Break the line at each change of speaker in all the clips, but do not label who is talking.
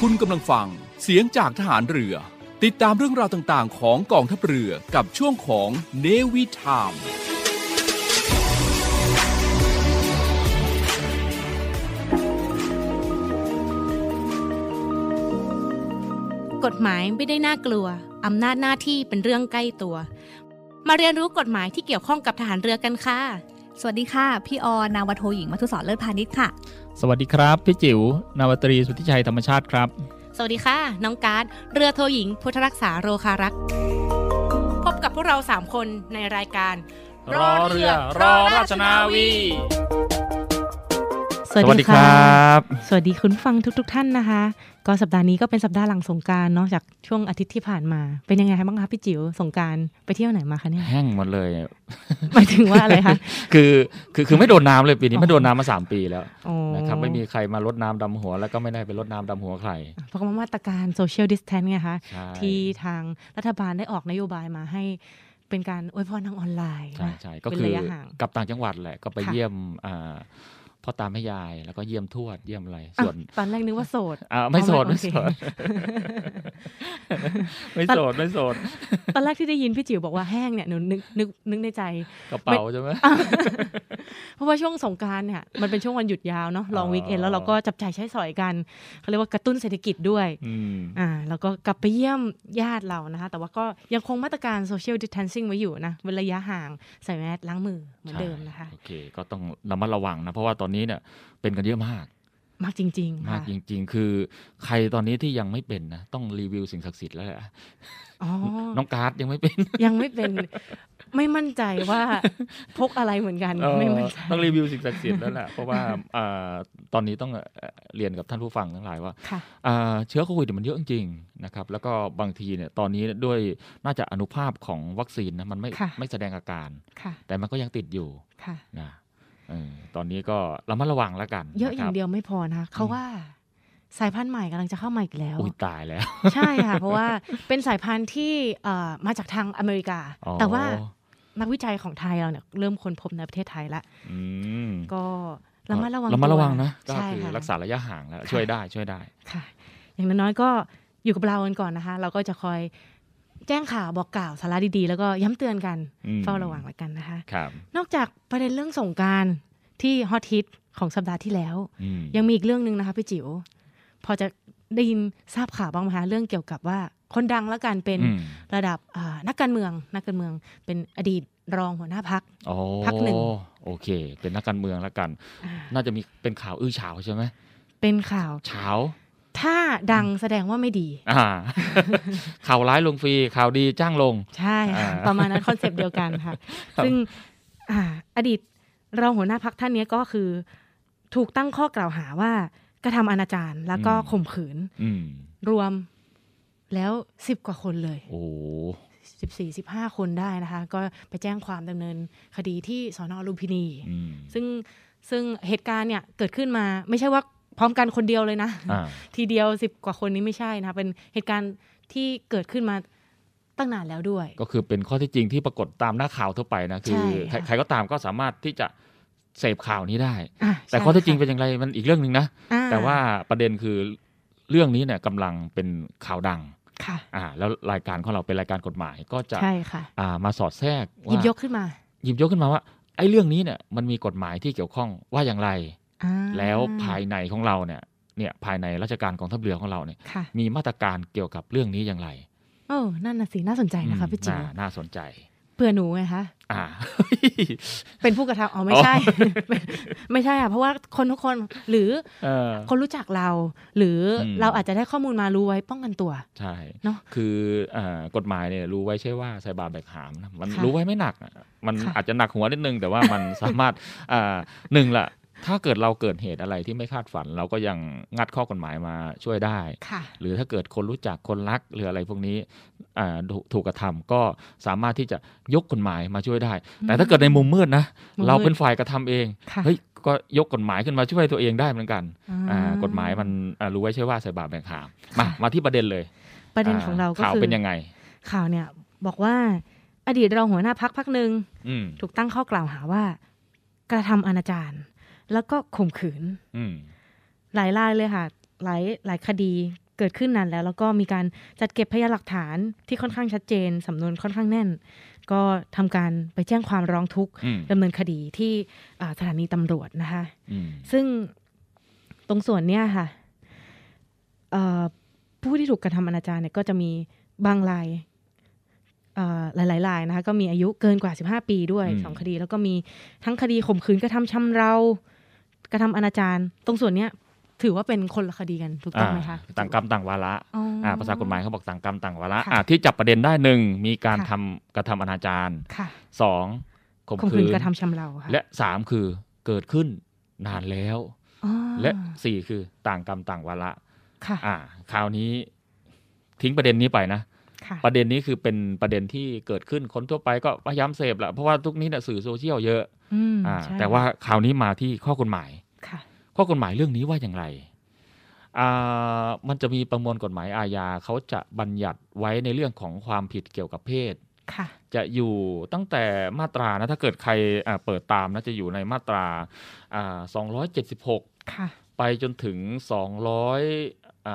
คุณกำลังฟัง เสียงจากทหารเรือ ติดตามเรื่องราวต่างๆ ของกองทัพเรือกับช่วงของเนวิทาม
กฎหมายไม่ได้น่ากลัว อำนาจหน้าที่เป็นเรื่องใกล้ตัว มาเรียนรู้กฎหมายที่เกี่ยวข้องกับทหารเรือกันค่ะ
สวัสดีค่ะ พี่ออนาวาโทหญิงมัทุสรเลิศพาณิชย์ค่ะ
สวัสดีครับ พี่จิว๋วนาวาตรีสุทธิชัยธรรมชาติครับ
สวัสดีค่ะ น้องการ์ดเรือโทหญิง พุทธรักษาโรคารักษ์พบกับพวกเรา 3 คนในรายการ
สวัสดีครับ
สวัสดีคุณผู้ฟังทุก ๆ ท่านนะคะ ก็สัปดาห์นี้ก็เป็นสัปดาห์หลังสงกรารเนาะจากช่วงอาทิตย์ที่ผ่านมา เป็นยังไงคะบ้างคะพี่จิ๋วสงกรารไปเที่ยวไหนมาคะเนี่ย
แห้งหมดเลย
หมายถึงว่าอะไรคะ
คือคือคือไม่โดนน้ำเลยปีนี้
อ๋อ
ไม่โดนน้ำมาสามปีแล้ว
อ๋อ
นะครับไม่มีใครมารดน้ำดำหัว แล้วก็ไม่ได้ไปรดน้ำดำหัวใคร
เพราะว่ามาตรการโซเชียลดิสแทนไงคะ
ใช่
ที่ทางรัฐบาลได้ออกนโยบายมาให้เป็นการอวยพรทางออนไลน์
ใช่
นะ
ใช่ก็
เป็น
คือ
ระยะห่าง
กลับต่างจังหวัดแหละก็ไป
ค่ะ
เยี่ยมอ่าพ่อตาแม่ยายแล้วก็เยี่ยมทวดเยี่ยมอะไร
อ่ะ
ส่วน
ตอนแรกนึกว่าโสด
อ่าไม่โสด
เอาไม่
ไม่โสด
โอ
ไม่โส ดไม่โสด
ตอนแรกที่ได้ยินพี่จิ๋วบอกว่าแห้งเนี่ยหนูนึกนึกนึกในใจ
กระเป๋าใช่ไหม
เพราะว่าช่วงสงกรารเนี่ยมันเป็นช่วงวันหยุดยาวเนาะลองวีคเอน
อ๋อ
แล้วเราก็จับจ่ายใช้สอยกันเขาเรียกว่ากระตุ้นเศรษฐกิจด้วย
อืม
อ่าแล้วก็กลับไปเยี่ยมญาติเรานะคะ แต่ว่าก็ยังคงมาตรการโซเชียลดิสแทนซิ่งไว้อยู่นะเว้นระยะห่างใส่แมสล้างมือเหมือนเดิมนะคะ
ใช่โอเค ก็ต้องระมัดระวังนะ เพราะว่าตอนนี้เนี่ยเป็นกันเยอะมาก
มากจริงๆ
มาก
ค่ะ
จริง ๆ คือใครตอนนี้ที่ยังไม่เป็นนะ ต้องรีวิวสิ่งศักดิ์สิทธิ์แล้วแหละ
อ๋อ
น้องการ์ดยังไม่เป็น
ยังไม่เป็นไม่มั่นใจว่า พกอะไรเหมือนกัน
เออ
ไม่มั่นใจ
ต้องรีวิวสิ่งศักดิ์สิทธิ์แล้วแห ละเพราะว่าเอ่อตอนนี้ต้องเอ่อเรียนกับท่านผู้ฟังทั้งหลายว่า
ค่ะ
เอ่อเชื้อโควิดเนี่ยมันเยอะจริงๆนะครับแล้วก็บางทีเนี่ยตอนนี้ด้วยน่าจะอนุภาพของวัคซีนนะมันไม่
ค่ะ
ไม่แสดงอาการ
ค่ะ
แต่มันก็ยังติดอยู่
ค่ะ
นะเออตอนนี้ก็ระมัดระวังแล้วกัน
เยอะอย่า
นค
ง
รับ
เดียวไม่พอนะคะเขาว่าสายพันธุ์ใหม่กำลังจะเข้ามาอีกแล้ว
อุ้ยตายแล้ว
ใช่ค่ะ เพราะว่าเป็นสายพันธุ์ที่เอ่อมาจากทางอเมริกา
อ๋อ
แต่ว่านักวิจัยของไทยเราเนี่ยเริ่มค้นพบในประเทศไทยละ
อืม
ก็ระมัดระวัง
ระมัดระวังนะ
ตั
ก็
ใช่
คือ
ค่ะ
รักษาระยะห่างแล้ว
ค่ะ
ช่วยได้ช่วยได้
ค่ะ อย่างน้อยๆก็อยู่กับเรากันก่อนนะคะ เราก็จะคอยแจ้งข่าวบอกกล่าวสาระดีๆ แล้วก็ย้ำเตือนกัน
อืม
เฝ้าระวังแล้วกันนะคะ
ครับ
นอกจากประเด็นเรื่องสงกรารที่ฮอตฮิตของสัปดาห์ที่แล้ว
อืม
ยังมีอีกเรื่องหนึ่งนะคะพี่จิ๋วพอจะได้ยินทราบข่าวบ้างไหมคะเรื่องเกี่ยวกับว่าคนดังแล้วกันเป็น
อืม
ระดับอ่านักการเมืองนักการเมืองเป็นอดีตรองหัวหน้าพัก
โอ้
พักหนึ่ง
โอเค เป็นนักการเมืองแล้วกัน น่าจะมีเป็นข่าวอื้อฉาวใช่ไหม
เป็นข่าว
เฉาว
ถ้าดังแสดงว่าไม่ดี
อ่า ข่าวร้ายลงฟรีข่าวดีจ้างลง
ใช่ค่ะ
อ่า
ประมาณนั้นคอนเซปต์เดียวกันค่ะ
ครับ
ซึ่งอ่าอดีตรองหัวหน้าพักท่านเนี้ยก็คือ ถูกตั้งข้อกล่าวหาว่ากระทำอนาจารแล้วก็ข่มขืน
อืม
รวมแล้วสิบกว่าคนเลย
โอ้โห
สิบสี่สิบห้าคนได้นะคะ ก็ไปแจ้งความดำเนินคดีที่สอนอลุมพินี
อืม
ซึ่งซึ่งเหตุการณ์เนี่ยเกิดขึ้นมาไม่ใช่ว่าพร้อมกันคนเดียวเลยนะ
อ่า
ทีเดียวสิบกว่าคนนี้ไม่ใช่นะคะเป็นเหตุการณ์ที่เกิดขึ้นมาตั้งนานแล้วด้วย
ก็คือเป็นข้อเที่จริงที่ปรากฏตามหน้าข่าวทั่วไปนะคือ
ใช่ค่ะ
ใครใครก็ตามก็สามารถที่จะเสพข่าวนี้ได้
อ่ะ
แต่
ใช่
ข้อเที่จริง
ค่ะ
เป็นอย่างไรมันอีกเรื่องหนึ่งนะ
อ่
แต่ว่าประเด็นคือเรื่องนี้เนี่ยกำลังเป็นข่าวดัง
ค่ะ
อ่าแล้วรายการของเราเป็นรายการกฎหมายก็จะ
ใช่ค่ะ
อ่ามาสอดแทรก
ห
ว่า
ยิบยกขึ้นมา
หยิบยกขึ้นมาว่าไอ้เรื่องนี้เนี่ยมันมีกฎหมายที่เกี่ยวข้องว่าอย่างไร
อ่า
แล้วภายในของเราเนี่ยเนี่ยภายในราชการกองทัพเรือของเราเนี่ย
ค่ะ
มีมาตรการเกี่ยวกับเรื่องนี้อย่างไร
โอ้นั่นน่ะสิน่าสนใจนะคะพี่จิ๋ว
น่าน่าสนใจ
เพื่อหนูไงคะ
อ่า
เป็นผู้กระทำอ๋อไม่ใช่ ไม่ใช่อ่ะเพราะว่าคนทุกคนหรือ
เออ
คนรู้จักเรา หรืออ
ม
เราอาจจะได้ข้อมูลมารู้ไว้ป้องกันตัว
ใช่
เนอะ
คือเอ่อกฎหมายเนี่ยรู้ไว้ใช่ว่าใส่บาตรแบกหามนะมัน
ค่ะ
รู้ไว้ไม่หนักอะมัน
ค่ะ
อาจจะหนักหัวนิดนึง แต่ว่ามัน สามารถอ่าหนึ่งละถ้าเกิดเราเกิดเหตุอะไรที่ไม่คาดฝัน เราก็ยังงัดข้อกฎหมายมาช่วยได้
ค่ะ
หรือถ้าเกิดคนรู้จักคนรักหรืออะไรพวกนี้อ่าถูกถูกกระทำก็สามารถที่จะยกกฎหมายมาช่วยได้ แต่ถ้าเกิดในมุมมืดนะ
มุมมืด
เราเป็นฝ่ายกระทำเอง
ค่ะ
เฮ้ยก็ยกกฎหมายขึ้นมาช่วยตัวเองได้เหมือนกัน
อ่า
อ่ากฎหมายมันอ่ารู้ไว้ใช่ว่าใส่บาตรแบกหามมามาที่ประเด็นเลย
ประเด็นของเราก็
ข่าว
คือ
เป็นยังไง
ข่าวเนี่ยบอกว่าอดีตรองหัวหน้าพักพักหนึ่ง
อืม
ถูกตั้งข้อกล่าวหาว่า กระทำอนาจารแล้วก็ข่มขืน
อืม
หลายรายเลยค่ะ หลายหลายคดี เกิดขึ้นนานแล้ว แล้วก็มีการจัดเก็บพยานหลักฐานที่ค่อนข้างชัดเจนสำนวนค่อนข้างแน่น ก็ทำการไปแจ้งความร้องทุกข์
อืม
ดำเนินคดีที่อ่าสถานีตำรวจนะคะ
อืม
ซึ่งตรงส่วนเนี้ยค่ะเอ่อผู้ที่ถูกกระทำอนาจารเนี่ยก็จะมีบางรายเอ่อหลายๆรายนะคะก็มีอายุเกินกว่า 15 ปีด้วยสองคดี แล้วก็มีทั้งคดีข่มขืนกระทำชำเรา กระทำอนาจารตรงส่วนเนี้ยถือว่าเป็นคนละคดีกันถูกต้องไหมคะ
อ่าต่างกรรมต่างวาระ
อ๋ออ
อ่าภาษากฎหมายเขาบอกต่างกรรมต่างวาระ
ค่ะ
อ่าที่จับประเด็นได้หนึ่งมีการ
ค่ะ
ทำกระทำอนาจาร
ค่ะ
สองข่ม
ข่ม
ขื
ขื
น
นกระทำชำเราค่ะ
และสามคือเกิดขึ้นนานแล้ว
อ๋อ
และสี่คือต่างกรรมต่างวาระ
ค่ะ
อ่าคราวนี้ทิ้งประเด็นนี้ไปนะ
ค่ะ
ประเด็นนี้คือเป็นประเด็นที่เกิดขึ้นคนทั่วไปก็พยายามเสพแหละเพราะว่าทุกนี้เนี่ยสื่อโซเชียลเยอะ
อืม
อ่า
ใช่
แต่ว่าคราวนี้มาที่ข้อกฎหมาย
ค่ะ
ข้อกฎหมายเรื่องนี้ว่าอย่างไรอ่ามันจะมีประมวลกฎหมายอาญาเขาจะบัญญัติไว้ในเรื่องของความผิดเกี่ยวกับเพศ
ค่ะ
จะอยู่ตั้งแต่มาตรานะถ้าเกิดใครอ่าเปิดตามนะจะอยู่ในมาตราอ่า276
ค่ะ
ไปจนถึง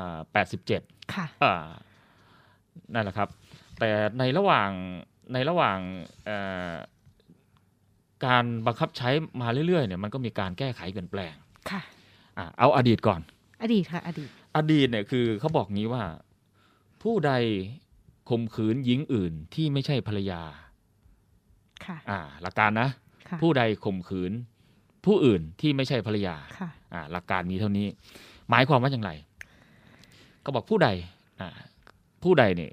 287
ค่ะ
อ่านั่นแหละครับ แต่ในระหว่างในระหว่างเอ่อการบังคับใช้มาเรื่อยๆเนี่ยมันก็มีการแก้ไขเปลี่ยนแปลง
ค่ะ
อ่ะเอาอดีตก่อน
อดีตค่ะ อดีต
อดีตเนี่ยคือเขาบอกงี้ว่า ผู้ใดข่มขืนหญิงอื่นที่ไม่ใช่ภรรยา
ค่ะ
อ่าหลักการนะ
ค่ะ
ผู้ใดข่มขืนผู้อื่นที่ไม่ใช่ภรรยา
ค่ะ
อ่าหลักการมีเท่านี้ หมายความว่าอย่างไร ก็บอกผู้ใดอ่าผู้ใดเนี่ย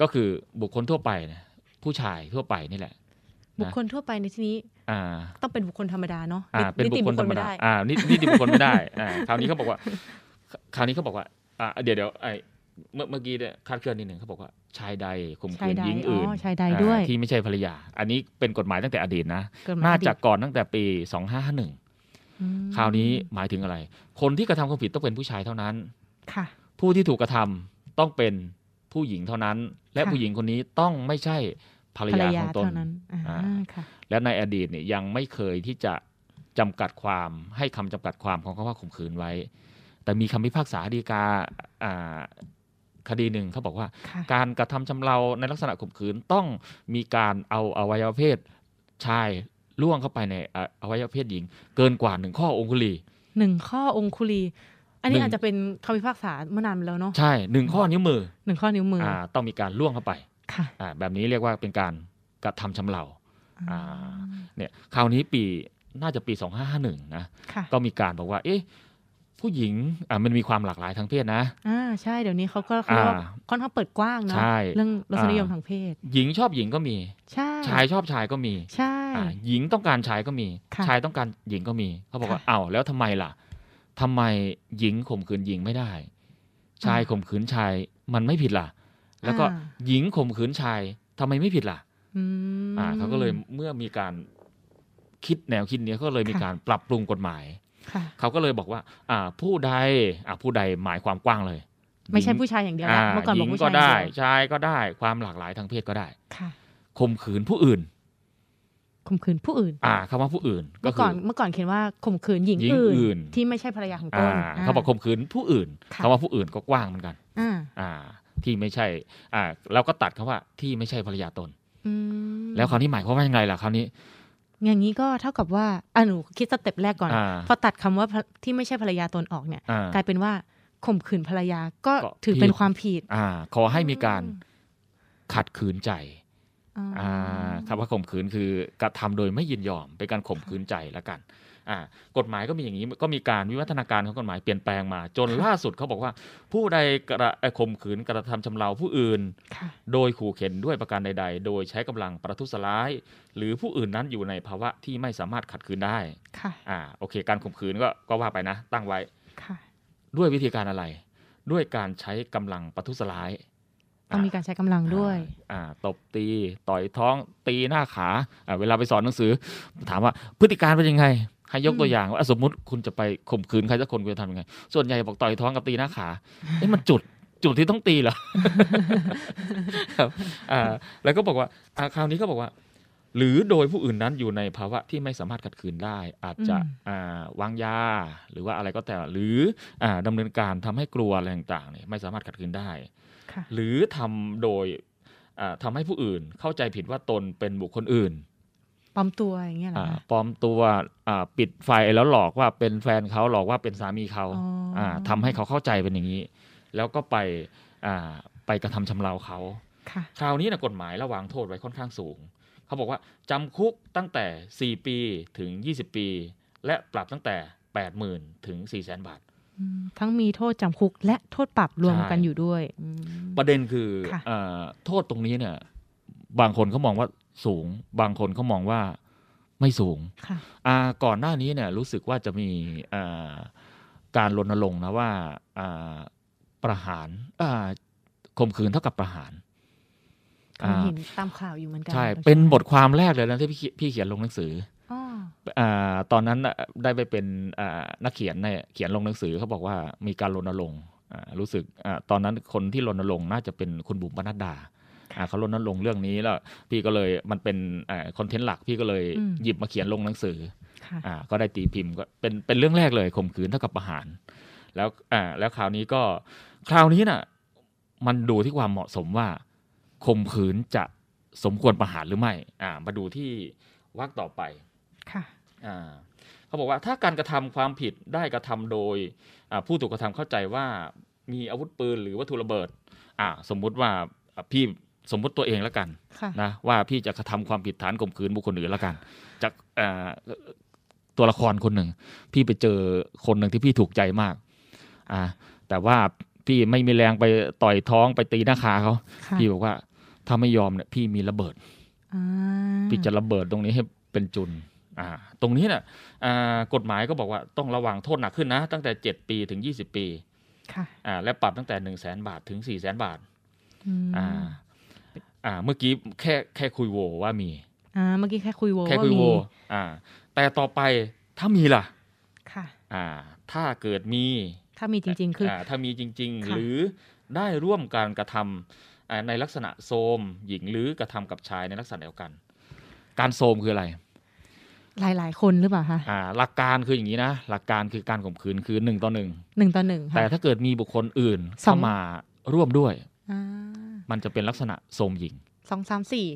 ก็คือบุคคลทั่วไปนะผู้ชายทั่วไปนี่แหละ
บุคคลทั่วไปในที่นี้
อ่า
ต้องเป็นบุคคลธรรมดาเนาะ
อ่าเป็น
นิ
บุค
ติ
คลธรรม
ไม่
ดา
ได้
อ่านี่นี่ดิบุคคลไม่ได้อ่าคราวนี้เขาบอกว่า คราวนี้เขาบอกว่าอ่าเดี๋ยวเดี๋ยวไอเมื่อเมื่อกี้เนี่ยคาดเคลื่อนนิดหนึ่งเขาบอกว่าชายใดข่มขื
ชาย
น
ใด
หญิงอื่น
อ๋อชายใดด้วย
อ่าที่ไม่ใช่ภรรยา อันนี้เป็นกฎหมายตั้งแต่อดีตนะ
เกิดม
น่า
อดีต
จะก่อนตั้งแต่ปี2551
อืม
คราวนี้หมายถึงอะไร คนที่กระทำความผิดต้องเป็นผู้ชายเท่านั้น
ค่ะ
ผู้ที่ถูกกระทำต้องเป็นผู้หญิงเท่านั้น และ
ค่ะ
ผู้หญิงคนนี้ต้องไม่ใช่ภรร
ภรร
ยายข
า
องตน
เท่านั้นอ่า
อ่า
ค่ะ
และในอดีตเนี่ยยังไม่เคยที่จะจำกัดความให้คำจำกัดความของคำว่าข่มขืนไว้ แต่มีคำพิพากษาฎีกาอ่าคดีหนึ่งเขาบอกว่า
ค่ะ
การกระทำชำเราในลักษณะข่มขืนต้องมีการเอาอวัยวะเพศชายล่วงเข้าไปในอ่าอวัยวะเพศหญิง เกินกว่าหนึ่งข้อองคุลี
หนึ่งข้อองคุลี อัน
หนึ่
นี้
ง
อาจจะเป็นคำพิพากษาเมื่อนานมาแล้วเนาะ
ใช่หนึ่งข้อนิ้วมือ
หนึ่งข้อนิ้วมืออ
อ่าต้องมีการล่วงเข้าไป
ค่ะ
อ่าแบบนี้เรียกว่าเป็นการกระทำชำเรา อ่า
อืม
เนี่ยคราวนี้ปีน่าจะปี 2551นะ
ค่ะ
ก็มีการบอกว่า เอ๊ะผู้หญิงอ่ามันมีความหลากหลายทางเพศนะ
อ่าใช่เดี๋ยวนี้เขาก็เขาเรียกว่า
อ่า
ค่อนข้างเปิดกว้างเนาะ
ใช่
เรื่องรสนิยม
อ่า
ทางเพศ
หญิงชอบหญิงก็มี
ใช่
ชายชอบชายก็มี
ใช่
อ่าหญิงต้องการชายก็มี
ค่ะ
ชายต้องการหญิงก็มีเขาบอกว่า
ค่ะ
อ้าวแล้วทำไมล่ะทำไมหญิงข่มขืนหญิงไม่ได้ ชาย
อ่า
ข่มขืนชายมันไม่ผิดล่ะ แล้วก็
อ่า
หญิงข่มขืนชายทำไมไม่ผิดล่ะ
อืม
อ่าเขาก็เลยเมื่อมีการคิดแนวคิดเนี้ยก็เลยมี
ค่ะ
การปรับปรุงกฎหมาย
ค่ะ
เขาก็เลยบอกว่า อ่า ผู้ใดอ่าผู้ใดหมายความกว้างเลย
ไม่
ห
ใช่
ญิง
ผู้ชายอย่างเดียว
อ่า
ละเมื่อก่อน
ห
บอ
ญิ
ก
ง
ผู้
ก็
ชาย
ได้
อย่างเยว
ชายก็ได้ความหลากหลายทางเพศก็ได้
ค่ะ
ข่มขืนผู้อื่น
ข่มขืนผู้อื่น
อ่าคำว่าผู้อื่นก็
เมื่อ
คื
ก่อ
อ
นเมื่อก่อนเขียนว่าข่มขืนหญิง
หญิง
อื่น
อื่น
ที่ไม่ใช่ภรรยาของต
อ่าน เขาบอกข่มขืนผู้อื่น
ค่ะ
คำว่าผู้อื่นก็กว้างเหมือนกัน
อ่า
อ่า ที่ไม่ใช่ อ่าเราก็ตัดคำว่าที่ไม่ใช่ภรรยาตน
อืม
แล้วคราวนี้หมายความว่ายังไงล่ะคราวนี้
อย่างนี้ก็เท่ากับว่าอ่ะหนูคิดสเต็ปแรกก่อน
อ่า
พอตัดคำว่าภรที่ไม่ใช่ภรรยาตนออกเนี่ย
อ่า
กลายเป็นว่าข่มขืนภรรยาก็
ก็
ถือ
ผิด
เป็นความผิด
อ่า ขอให้มีการขัดขืนใจ
อ่า
อ่าคำว่าข่มขืนคือกระทำโดยไม่ยินยอมเป็นการข่มขืนใจละกันอ่ากฎหมายก็มีอย่างนี้ก็มีการวิวัฒนาการของกฎหมายเปลี่ยนแปลงมา จนล่าสุดเขาบอกว่า ผู้ใดกระเอ่อข่มขืนกระทำชำเราผู้อื่น
ค่ะ
โดยขู่เข็นด้วยประการใด ๆ โดยใช้กำลังประทุษร้าย หรือผู้อื่นนั้นอยู่ในภาวะที่ไม่สามารถขัดขืนได้
ค่ะ
อ่าโอเค การข่มขืนก็ก็ว่าไปนะ ตั้งไว้
ค่ะ
ด้วยวิธีการอะไร ด้วยการใช้กำลังประทุษร้าย
ต้องมีการใช้กำลังด้วย
อ่าตบตีต่อยท้องตีหน้าขาอ่าเวลาไปสอนหนังสือ ถามว่าพฤติการเป็นยังไง ให้ยกตัว
อืม
อย่างว่าอ่ะสมมติคุณจะไปข่มขืนใครสักคนคุณจะทำยังไง ส่วนใหญ่บอกต่อยท้องกับตีหน้าขาเอ๊ะมันจุดจุดที่ต้องตี เหรอ ครับอ่าแล้วก็บอกว่าอ่าคราวนี้ก็บอกว่า หรือโดยผู้อื่นนั้นอยู่ในภาวะที่ไม่สามารถขัดขืนได้ อาจจะ
อืม
อ่าวางยา หรือว่าอะไรก็แต่หรืออาดำเนินการทำให้กลัวอะไรต่างๆเนี่ยไม่สามารถขัดขืนได้
ค่ะ
หรือทำโดยอ่าทำาให้ผู้อื่นเข้าใจผิดว่าตนเป็นบุคคลอื่น
ปลอมตัวอย่างเงี้ยเหรอ
อ่า
คะ
ปลอมตัวอ่าปิดไฟแล้วหลอกว่าเป็นแฟนเขาหลอกว่าเป็นสามีเขา
อ๋ออา
ทำให้เขาเข้าใจเป็นอย่างนี้ แล้วก็ไปอ่าไปกระทำชำเราเขา
ค่ะ
คราวนี้นะกฎหมายระวางโทษไว้ค่อนข้างสูง เขาบอกว่าจำคุกตั้งแต่ 4 ปีถึง 20 ปี และปรับตั้งแต่ 80,000 ถึง 4 0 0 0 0 0 บาท
อืมทั้งมีโทษจำคุกและโทษปรับรวม
ใช่
กันอยู่ด้วยอืม
ประเด็นคือ
ค่ะ
เออโทษตรงนี้เนี่ยบางคนเขามองว่าสูง บางคนเขามองว่าไม่สูง
ค่ะ
อ่าก่อนหน้านี้เนี่ยรู้สึกว่าจะมีอ่าการรณรงค์นะว่าอ่าประหารอ่าข่มขืนเท่ากับประหาร
เคย
อ่า
เห็นตามข่าวอยู่เหมือนกัน
ใช่
ตอน
เป็น
ช้า
บทความแรกเลยนะที่พี่เขียนพี่เขียนลงหนังสือ
อ้อ
อาตอนนั้นน่ะได้ไปเป็นอ่านักเขียนเนี่ยเขียนลงหนังสือเขาบอกว่ามีการรณรงค์อ่ารู้สึกอ่าตอนนั้นคนที่รณรงค์น่าจะเป็นคุณบุ๋มปนัดดาอ่าเขารณรงค์เรื่องนี้แล้วพี่ก็เลยมันเป็นคอนเทนต์หลักพี่ก็เลยหยิบมาเขียนลงหนังสือ
ค่ะ
อ่าก็ได้ตีพิมพ์ก็เป็นเป็นเรื่องแรกเลยข่มขืนเท่ากับประหาร แล้วอ่าแล้วคราวนี้ก็คราวนี้น่ะมันดูที่ความเหมาะสมว่าข่มขืนจะสมควรประหารหรือไม่อ่ามาดูที่วรรคต่อไป
ค่ะ
อ่าเขาบอกว่าถ้าการกระทำความผิดได้กระทำโดยอ่าผู้ถูกกระทำเข้าใจว่ามีอาวุธปืนหรือวัตถุระเบิดอ่าสมมุติว่าอ่ะพี่สมมุติตัวเองแล้วกัน
ค่ะ
นะว่าพี่จะกระทำความผิดฐานข่มขืนบุคคลอื่นแล้วกันจากอ่าตัวละครคนหนึ่ง พี่ไปเจอคนหนึ่งที่พี่ถูกใจมากอ่าแต่ว่าพี่ไม่มีแรงไปต่อยท้องไปตีหน้าขาเขา
ค่ะ
พี่บอกว่าถ้าไม่ยอมเนี่ยพี่มีระเบิด
อ่า
พี่จะระเบิดตรงนี้ให้เป็นจุนอ่าตรงนี้น่ะอ่ากฎหมายก็บอกว่าต้องระวังโทษหนักขึ้นนะ ตั้งแต่ 7 ปีถึง 20 ปี
ค่ะ
อ่าและปรับตั้งแต่ 1 0 0 0 0แบาทถึง 4 0 0 0 0 0 บาท
อืม
อ่าอ่าเมื่อกี้แค่แค่คุยโวว่ามี
อ่าเมื่อกี้แค่คุยโว
แค่
ว่า
คุย
มี
โวอ่าแต่ต่อไปถ้ามีล่ะ
ค่ะ
อ่าถ้าเกิดมี
ถ้ามีจริง ๆ คืออ
อ่าถ้ามีจริง ๆ
ค่ะ
หรือได้ร่วมการกระทำอ่าในลักษณะโทรมหญิงหรือกระทำกับชายในลักษณะเดียวกัน การโทรมคืออะไร
หลาย ๆ คนหรือเปล่าคะ
อ่าหลักการคืออย่างนี้นะหลักการคือการข่มขืนคือหนึ่งต่อหนึ่ง
หนึ่งต่อหนึ่ง
แต่
ค่ะ
ถ้าเกิดมีบุคคลอื่น
สอ
เข้าง มาร่วมด้วย
อ่า
มันจะเป็นลักษณะโสมหญิง
สองสามสี่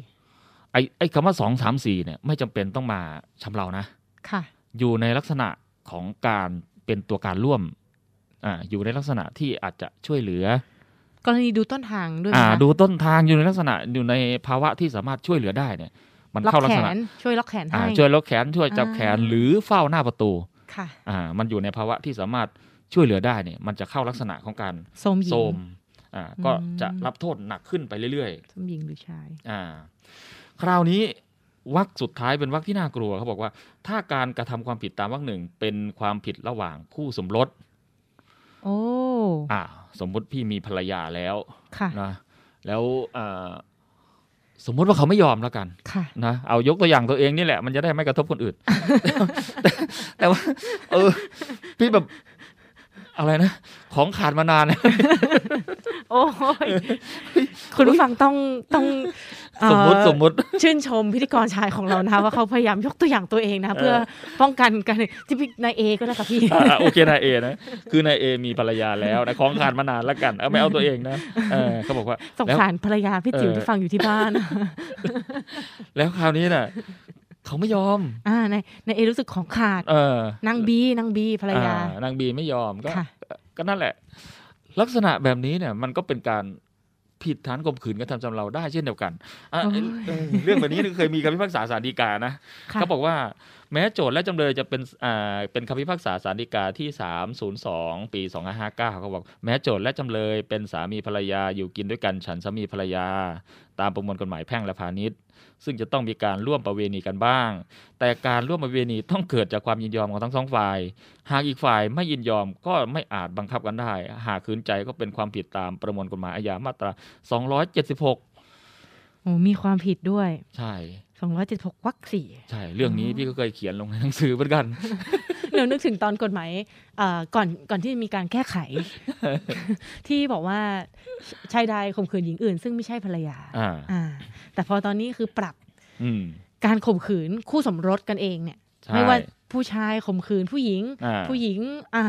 ไอ้ไอ้คำว่าสองสามสี่เนี่ยไม่จำเป็นต้องมาชำเรานะ
ค่ะ
อยู่ในลักษณะของการเป็นตัวการร่วมอ่าอยู่ในลักษณะที่อาจจะช่วยเหลือก
รณีดูต้นทางด้วยไหม
อ่า
คะ
ดูต้นทางอยู่ในลักษณะอยู่ในภาวะที่สามารถช่วยเหลือได้เนี่ยมัน
ล็อ
เข้าก ลัก
แข
ษณะ
นช่วยล็อกแขน
อ่า
ให้
ช่วยล็อกแขนช่วยจับแขน
อ่า
หรือเฝ้าหน้าประตู
ค่ะ
อ่ามันอยู่ในภาวะที่สามารถช่วยเหลือได้เนี่ยมันจะเข้าลักษณะของการ
โสมหญิ
โส
ง
มอ่า
อืม
ก็จะรับโทษหนักขึ้นไปเรื่อย
โสมหญิงหรือชาย
ๆอ่าคราวนี้วรรคสุดท้ายเป็นวรรคที่น่ากลัวเขาบอกว่า ถ้าการกระทำความผิดตามวรรคหนึ่งเป็นความผิดระหว่างคู่สมรส
โอ้
อ่าสมมุติพี่มีภรรยาแล้ว
ค่ะ
นะแล้วอ่าสมมุติว่าเขาไม่ยอมแล้วกัน
ค่ะ
นะเอายกตัวอย่างตัวเองนี่แหละ มันจะได้ไม่กระทบคนอื่น แต่แต่ว่าเออพี่แบบอะไรนะ ของขาดมานาน
โอ้ยคุณผู้ฟังต้องต้องเอ่
ส
อ
มมติสมมติ
ชื่นชมพิธีกรชายของเรานะคะว่าเขาพยายามยกตัวอย่างตัวเองนะ
เออ
เพื่อป้องกันการที่พี่นายเอก็ได้กับพี่
อ่าโอเคนายเอนะ คือนายเอมีภรรยาแล้วนะของขาดมานานแล้วกันเอาไม่เอาตัวเองนะเออเขาบอกว่า
สงสารภรรยาพี่จิ๋ว
เออ
ที่ฟังอยู่ที่ บ้าน
แล้วคราวนี้น่ะเขาไม่ยอม
อ่าในในเอรู้สึกของขาด
เออน
างบีนางบีภรรยา
อ่นางบีไม่ยอมก็
ค่ะ
ก็นั่นแหละ ลักษณะแบบนี้เนี่ย มันก็เป็นการผิดฐานข่มขืนกระทำจำเราได้เช่นเดียวกันอ่ะ
โอ้ย
เออเรื่องแบบนี้เคยมีคำพิพากษาศาลฎีกานะ
ค่ะ
เขาบอกว่าแม้โจทย์และจำเลยจะเป็นอ่าเป็นคำพิพากษาสารดีกาที่ 302 ปี 2559เขาบอกแม้โจทย์และจำเลยเป็นสามีภรรยาอยู่กินด้วยกันฉันสามีภรรยา ตามประมวลกฎหมายแพ่งและพาณิชย์ ซึ่งจะต้องมีการร่วมประเวณีกันบ้าง แต่การร่วมประเวณีต้องเกิดจากความยินยอมของทั้งสองฝ่าย หากอีกฝ่ายไม่ยินยอมก็ไม่อาจบังคับกันได้ หากคืนใจก็เป็นความผิดตามประมวลกฎหมายอาญามาตรา 276
โอ้มีความผิดด้วย
ใช่
276วรรคสี่
ใช่เรื่องนี้พี่ก็เคยเขียนลงในหนังสือเหมือนกัน
เดี๋ยวนึกถึงตอนกฎหมายเอ่อก่อนก่อนที่จะมีการแก้ ไข ที่บอกว่าชชายใดข่มขืนหญิงอื่น ซึ่งไม่ใช่ภรรยา
อ่า
อ่า แต่พอตอนนี้คือปรับ
อืม
การข่มขืนคู่สมรสกันเองเนี่ย
ใช่
ไม่ว่าผู้ชายข่มขืนผู้หญิง
อ่า
ผู้หญิง อ่ะ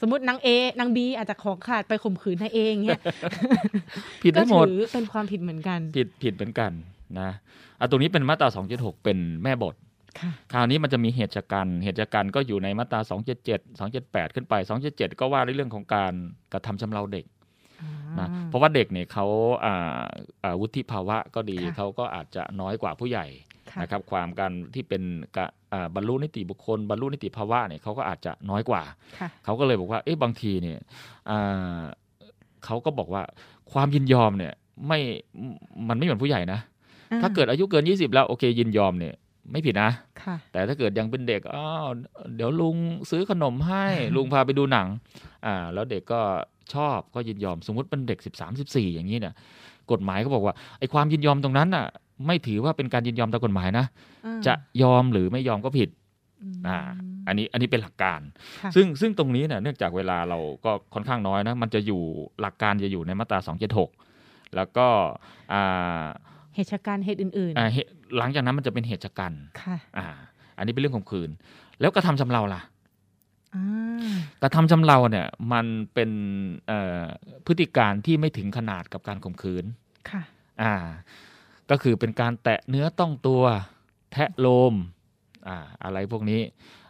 สมมตินางเอนางบีอาจจะของขาดไปข่มขืนนายเองเนี่ย
ผิด
ก็
ได้หมด
ถือเป็นความผิดเหมือนกัน
ผิดผิดเหมือนกันนะอ่ะตรงนี้เป็นมาตรา 276 เป็นแม่บท
ค่ะ
คราวนี้มันจะมีเหตุชะกัน เหตุชะกันก็อยู่ในมาตรา 277 278 ขึ้นไป 277 ก็ว่าในเรื่องของการกระทำชำเราเด็กนะเพราะว่าเด็กเนี่ยเขาอ่าอ่าวุฒิภาวะก็ดี
ค่ะ
เขาก็อาจจะน้อยกว่าผู้ใหญ่
ค่ะ
นะครับความการที่เป็นกะอ่าบรรลุนิติบุคคล บรรลุนิติภาวะเนี่ยเขาก็อาจจะน้อยกว่า
ค่ะ
เขาก็เลยบอกว่าเอ๊ะบางทีเนี่ยอ่าเขาก็บอกว่าความยินยอมเนี่ยไม่มันไม่เหมือนผู้ใหญ่นะ ถ้าเกิดอายุเกิน 20 แล้วโอเคยินยอมเนี่ยไม่ผิดนะ
ค่ะ
แต่ถ้าเกิดยังเป็นเด็กอ้าวเดี๋ยวลุงซื้อขนมให้ ลุงพาไปดูหนังอ่าแล้วเด็กก็ชอบก็ยินยอมสมมติเป็นเด็ก 13 14 อย่างนี้เนี่ยกฎหมายเขาบอกว่าไอ้ความยินยอมตรงนั้นน่ะไม่ถือว่าเป็นการยินยอมตามกฎหมายนะ จะยอมหรือไม่ยอมก็ผิด อ่า อันนี้ อันนี้เป็นหลักการ
ค่ะ
ซึ่ง ซึ่งตรงนี้เนี่ย เนื่องจากเวลาเราก็ค่อนข้างน้อยนะ มันจะอยู่หลักการจะอยู่ในมาตรา 276 แล้วก็ อ่า
เหตุชะการณ์เหตุอื่น
อ่าเหตุหลังจากนั้นมันจะเป็นเหตุชะกัน
ๆ ค่ะ
อ่า อันนี้เป็นเรื่องข่มขืน แล้วกระทำชำเราล่ะ
อ่าก
ระทำชำเราเนี่ย มันเป็นเอ่อพฤติการที่ไม่ถึงขนาดกับการข่มขืน
ค่ะ
อ่า ก็คือเป็นการแตะเนื้อต้องตัวแทะโลม อ่า อะไรพวกนี้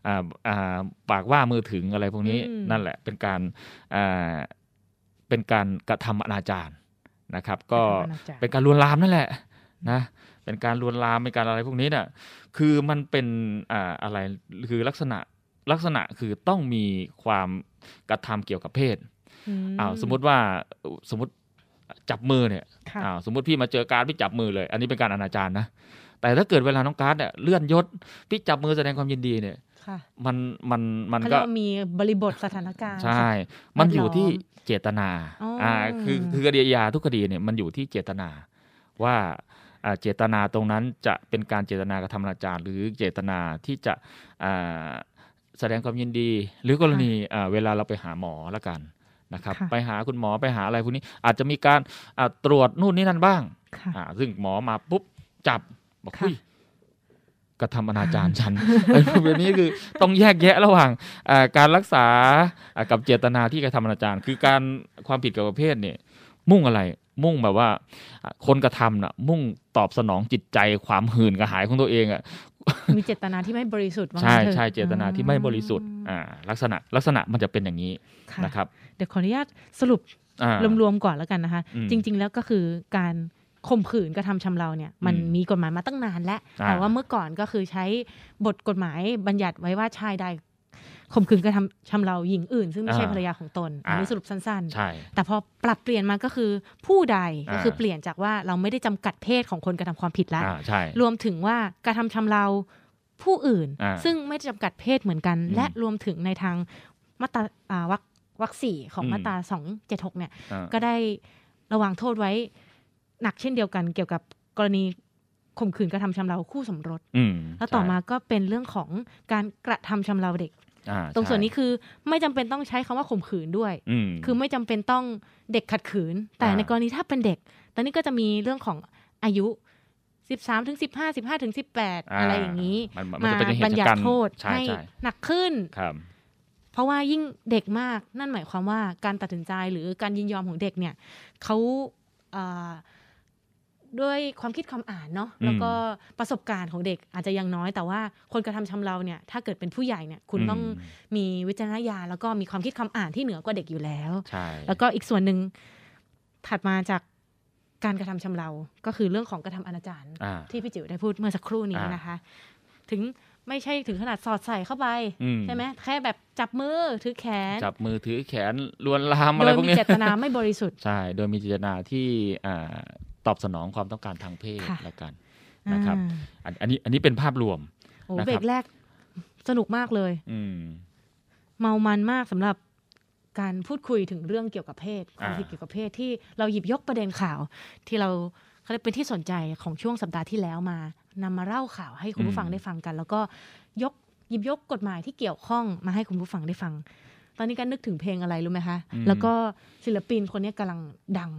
อ่าอ่าปากว่ามือถึงอะไรพวกนี้
อืม
นั่นแหละเป็นการอ่าเป็นการกระทำอนาจารนะครับ ก็
อนาจาร
เป็นการลวนลามนั่นแหละนะเป็นการลวนลามเป็นการอะไรพวกนี้น่ะคือมันเป็นอ่าอะไรคือลักษณะลักษณะคือต้องมีความกระทำเกี่ยวกับเพศอ้าวสมมติว่าสมมติจับมือเนี่ย
ค่ะ
อ่าสมมติพี่มาเจอการดพี่จับมือเลย อันนี้เป็นการอนาจารนะ แต่ถ้าเกิดเวลาน้องการ์ดเนี่ยเลื่อนยศพี่จับมือแสดงความยินดีเนี่ย
ค่ะ
มันมันมัน
เขาเรี
ก็
ยกว่ามีบริบทสถานการณ์
ใช่ มันอยู่ที่เจตนา
อ๋ออ่
่าคือคือคดีอาญาทุกคดีเนี่ยมันอยู่ที่เจตนา ว่าอ่าเจตนาตรงนั้นจะเป็นการเจตนากระทำอนาจารหรือเจตนาที่จะอ่าแสดงความยินดี หรือกรณีอ่าเวลาเราไปหาหมอละกันนะครับ
ค่ะ
ไปหาคุณหมอไปหาอะไรพวกนี้ อาจจะมีการอ่าตรวจนู่นนี่นั่นบ้าง
ค่ะ
อ่าซึ่งหมอมาปุ๊บ จับ บอก
ค่ะ
คุยกระทำอนาจาร ฉัน แบบนี้คือต้องแยกแยะระหว่างอ่าการรักษาอ่ากับเจตนาที่กระทำอนาจารคือการความผิดเกี่ยวกับเพศเนี่ย มุ่งอะไร มุ่งแบบว่าอ่าคนกระทำน่ะ มุ่งตอบสนองจิตใจความหื่นกระหายของตัวเองอ่ะ
มีเจตนาที่ไม่บริสุทธิ์ว่างั้
ใช่
นถอะ
ใช่เจตนาที่ไม่บริสุทธิ์อ่าลักษณะลักษณะมันจะเป็นอย่างนี้
ค่ะ
นะครับ
เดี๋ยวขออนุญาตสรุป
อ่า
รวมๆก่อนแล้วกันนะคะ
อืม
จริง ๆ แล้วก็คือการข่มขืนกระทำชำเราเนี่ย มัน
อืม
มีกฎหมายมาตั้งนานแล้ว
อ่า
แต่ว่าเมื่อก่อนก็คือใช้บทกฎหมายบัญญัติไว้ว่าชายใดข่มขืนกระทำชำเราหญิงอื่น ซึ่งไม่ใช่ภรรยาของตนอันนี้สรุปสั้นๆ
ใช่
แต่พอปรับเปลี่ยนมาก็คือผู้ใด
อ่า
ก็คือเปลี่ยนจากว่าเราไม่ได้จำกัดเพศของคนกระทำความผิดแล้ว
อ่าใช่
รวมถึงว่ากระทำชำเราผู้อื่น
อ่า
ซึ่งไม่ได้จำกัดเพศเหมือนกัน
อืม
และรวมถึงในทางมาตราอ่าวักวักสี่ของ
อืม
มาตราสองเจ็ดหกเนี่ย
อ่า
ก็ได้ระวางโทษไว้หนักเช่นเดียวกันเกี่ยวกับกรณีข่มขืนกระทำชำเราคู่สมรส
อืม
แล้วต่อ
ใช่
มาก็เป็นเรื่องของการกระทำชำเราเด็ก
อ่า
ตรงส่วนนี้
ใช่
คือไม่จำเป็นต้องใช้คำว่าข่มขืนด้วย
อืม
คือไม่จำเป็นต้องเด็กขัดขืน แต่
อ่า
ในกรณีถ้าเป็นเด็ก ตอนนี้ก็จะมีเรื่องของอายุ 13ถึง15 15ถึง18 อะไรอย่างนี้
มันมัน
มา
จะเป็นเหตุ
บัญญั
กรร
ติ
ม
โทษ
ใช่
ให้
ใช่
หนักขึ้น
ครับ
เพราะว่ายิ่งเด็กมากนั่นหมายความว่าการตัดสินใจหรือการยินยอมของเด็กเนี่ยเขาเอ่อด้วยความคิดความอ่านเนาะ
อืม
แล้วก็ประสบการณ์ของเด็กอาจจะยังน้อย แต่ว่าคนกระทำชำเราเนี่ยถ้าเกิดเป็นผู้ใหญ่เนี่ยคุณ
อืม
ต้องมีวิจารณญาณแล้วก็มีความคิดความอ่านที่เหนือกว่าเด็กอยู่แล้ว
ใช่
แล้วก็อีกส่วนหนึ่งถัดมาจากการกระทำชำเรา ก็คือเรื่องของกระทำอนาจาร
อ่า
ที่พี่จิ๋วได้พูดเมื่อสักครู่นี้
อ่าน
นะคะ ถึงไม่ใช่ถึงขนาดสอดใส่เข้าไป
อื
ใช่ไหมแค่แบบจับมือถือแขน
จับมือถือแขนลวนลามอะ
โด
ไร
ย
พวก
มี
นี้
เจตนาไม่บริสุทธิ์
ใช่ โดยมีเจตนาที่อ่าตอบสนองความต้องการทางเพศ
ค่ะ
ละกัน นะครับ
อ่า
อันอันนี้อันนี้เป็นภาพรวม
โอ้
นะครับ
เบรกแรกสนุกมากเลย
อืม
เมามันมากสำหรับการพูดคุยถึงเรื่องเกี่ยวกับเพศความ
อ่า
ผิดเกี่ยวกับเพศที่เราหยิบยกประเด็นข่าว ที่เราเขาเรียกเป็นที่สนใจของช่วงสัปดาห์ที่แล้วมานำมาเล่าข่าวให้คุณผู้ฟังได้ฟังกัน แล้วก็ยกหยิบยกกฎหมายที่เกี่ยวข้องมาให้คุณผู้ฟังได้ฟัง ตอนนี้ก็นึกถึงเพลงอะไรรู้ไหมคะ แล้วก็ศิลปินคนนี้กำลังดัง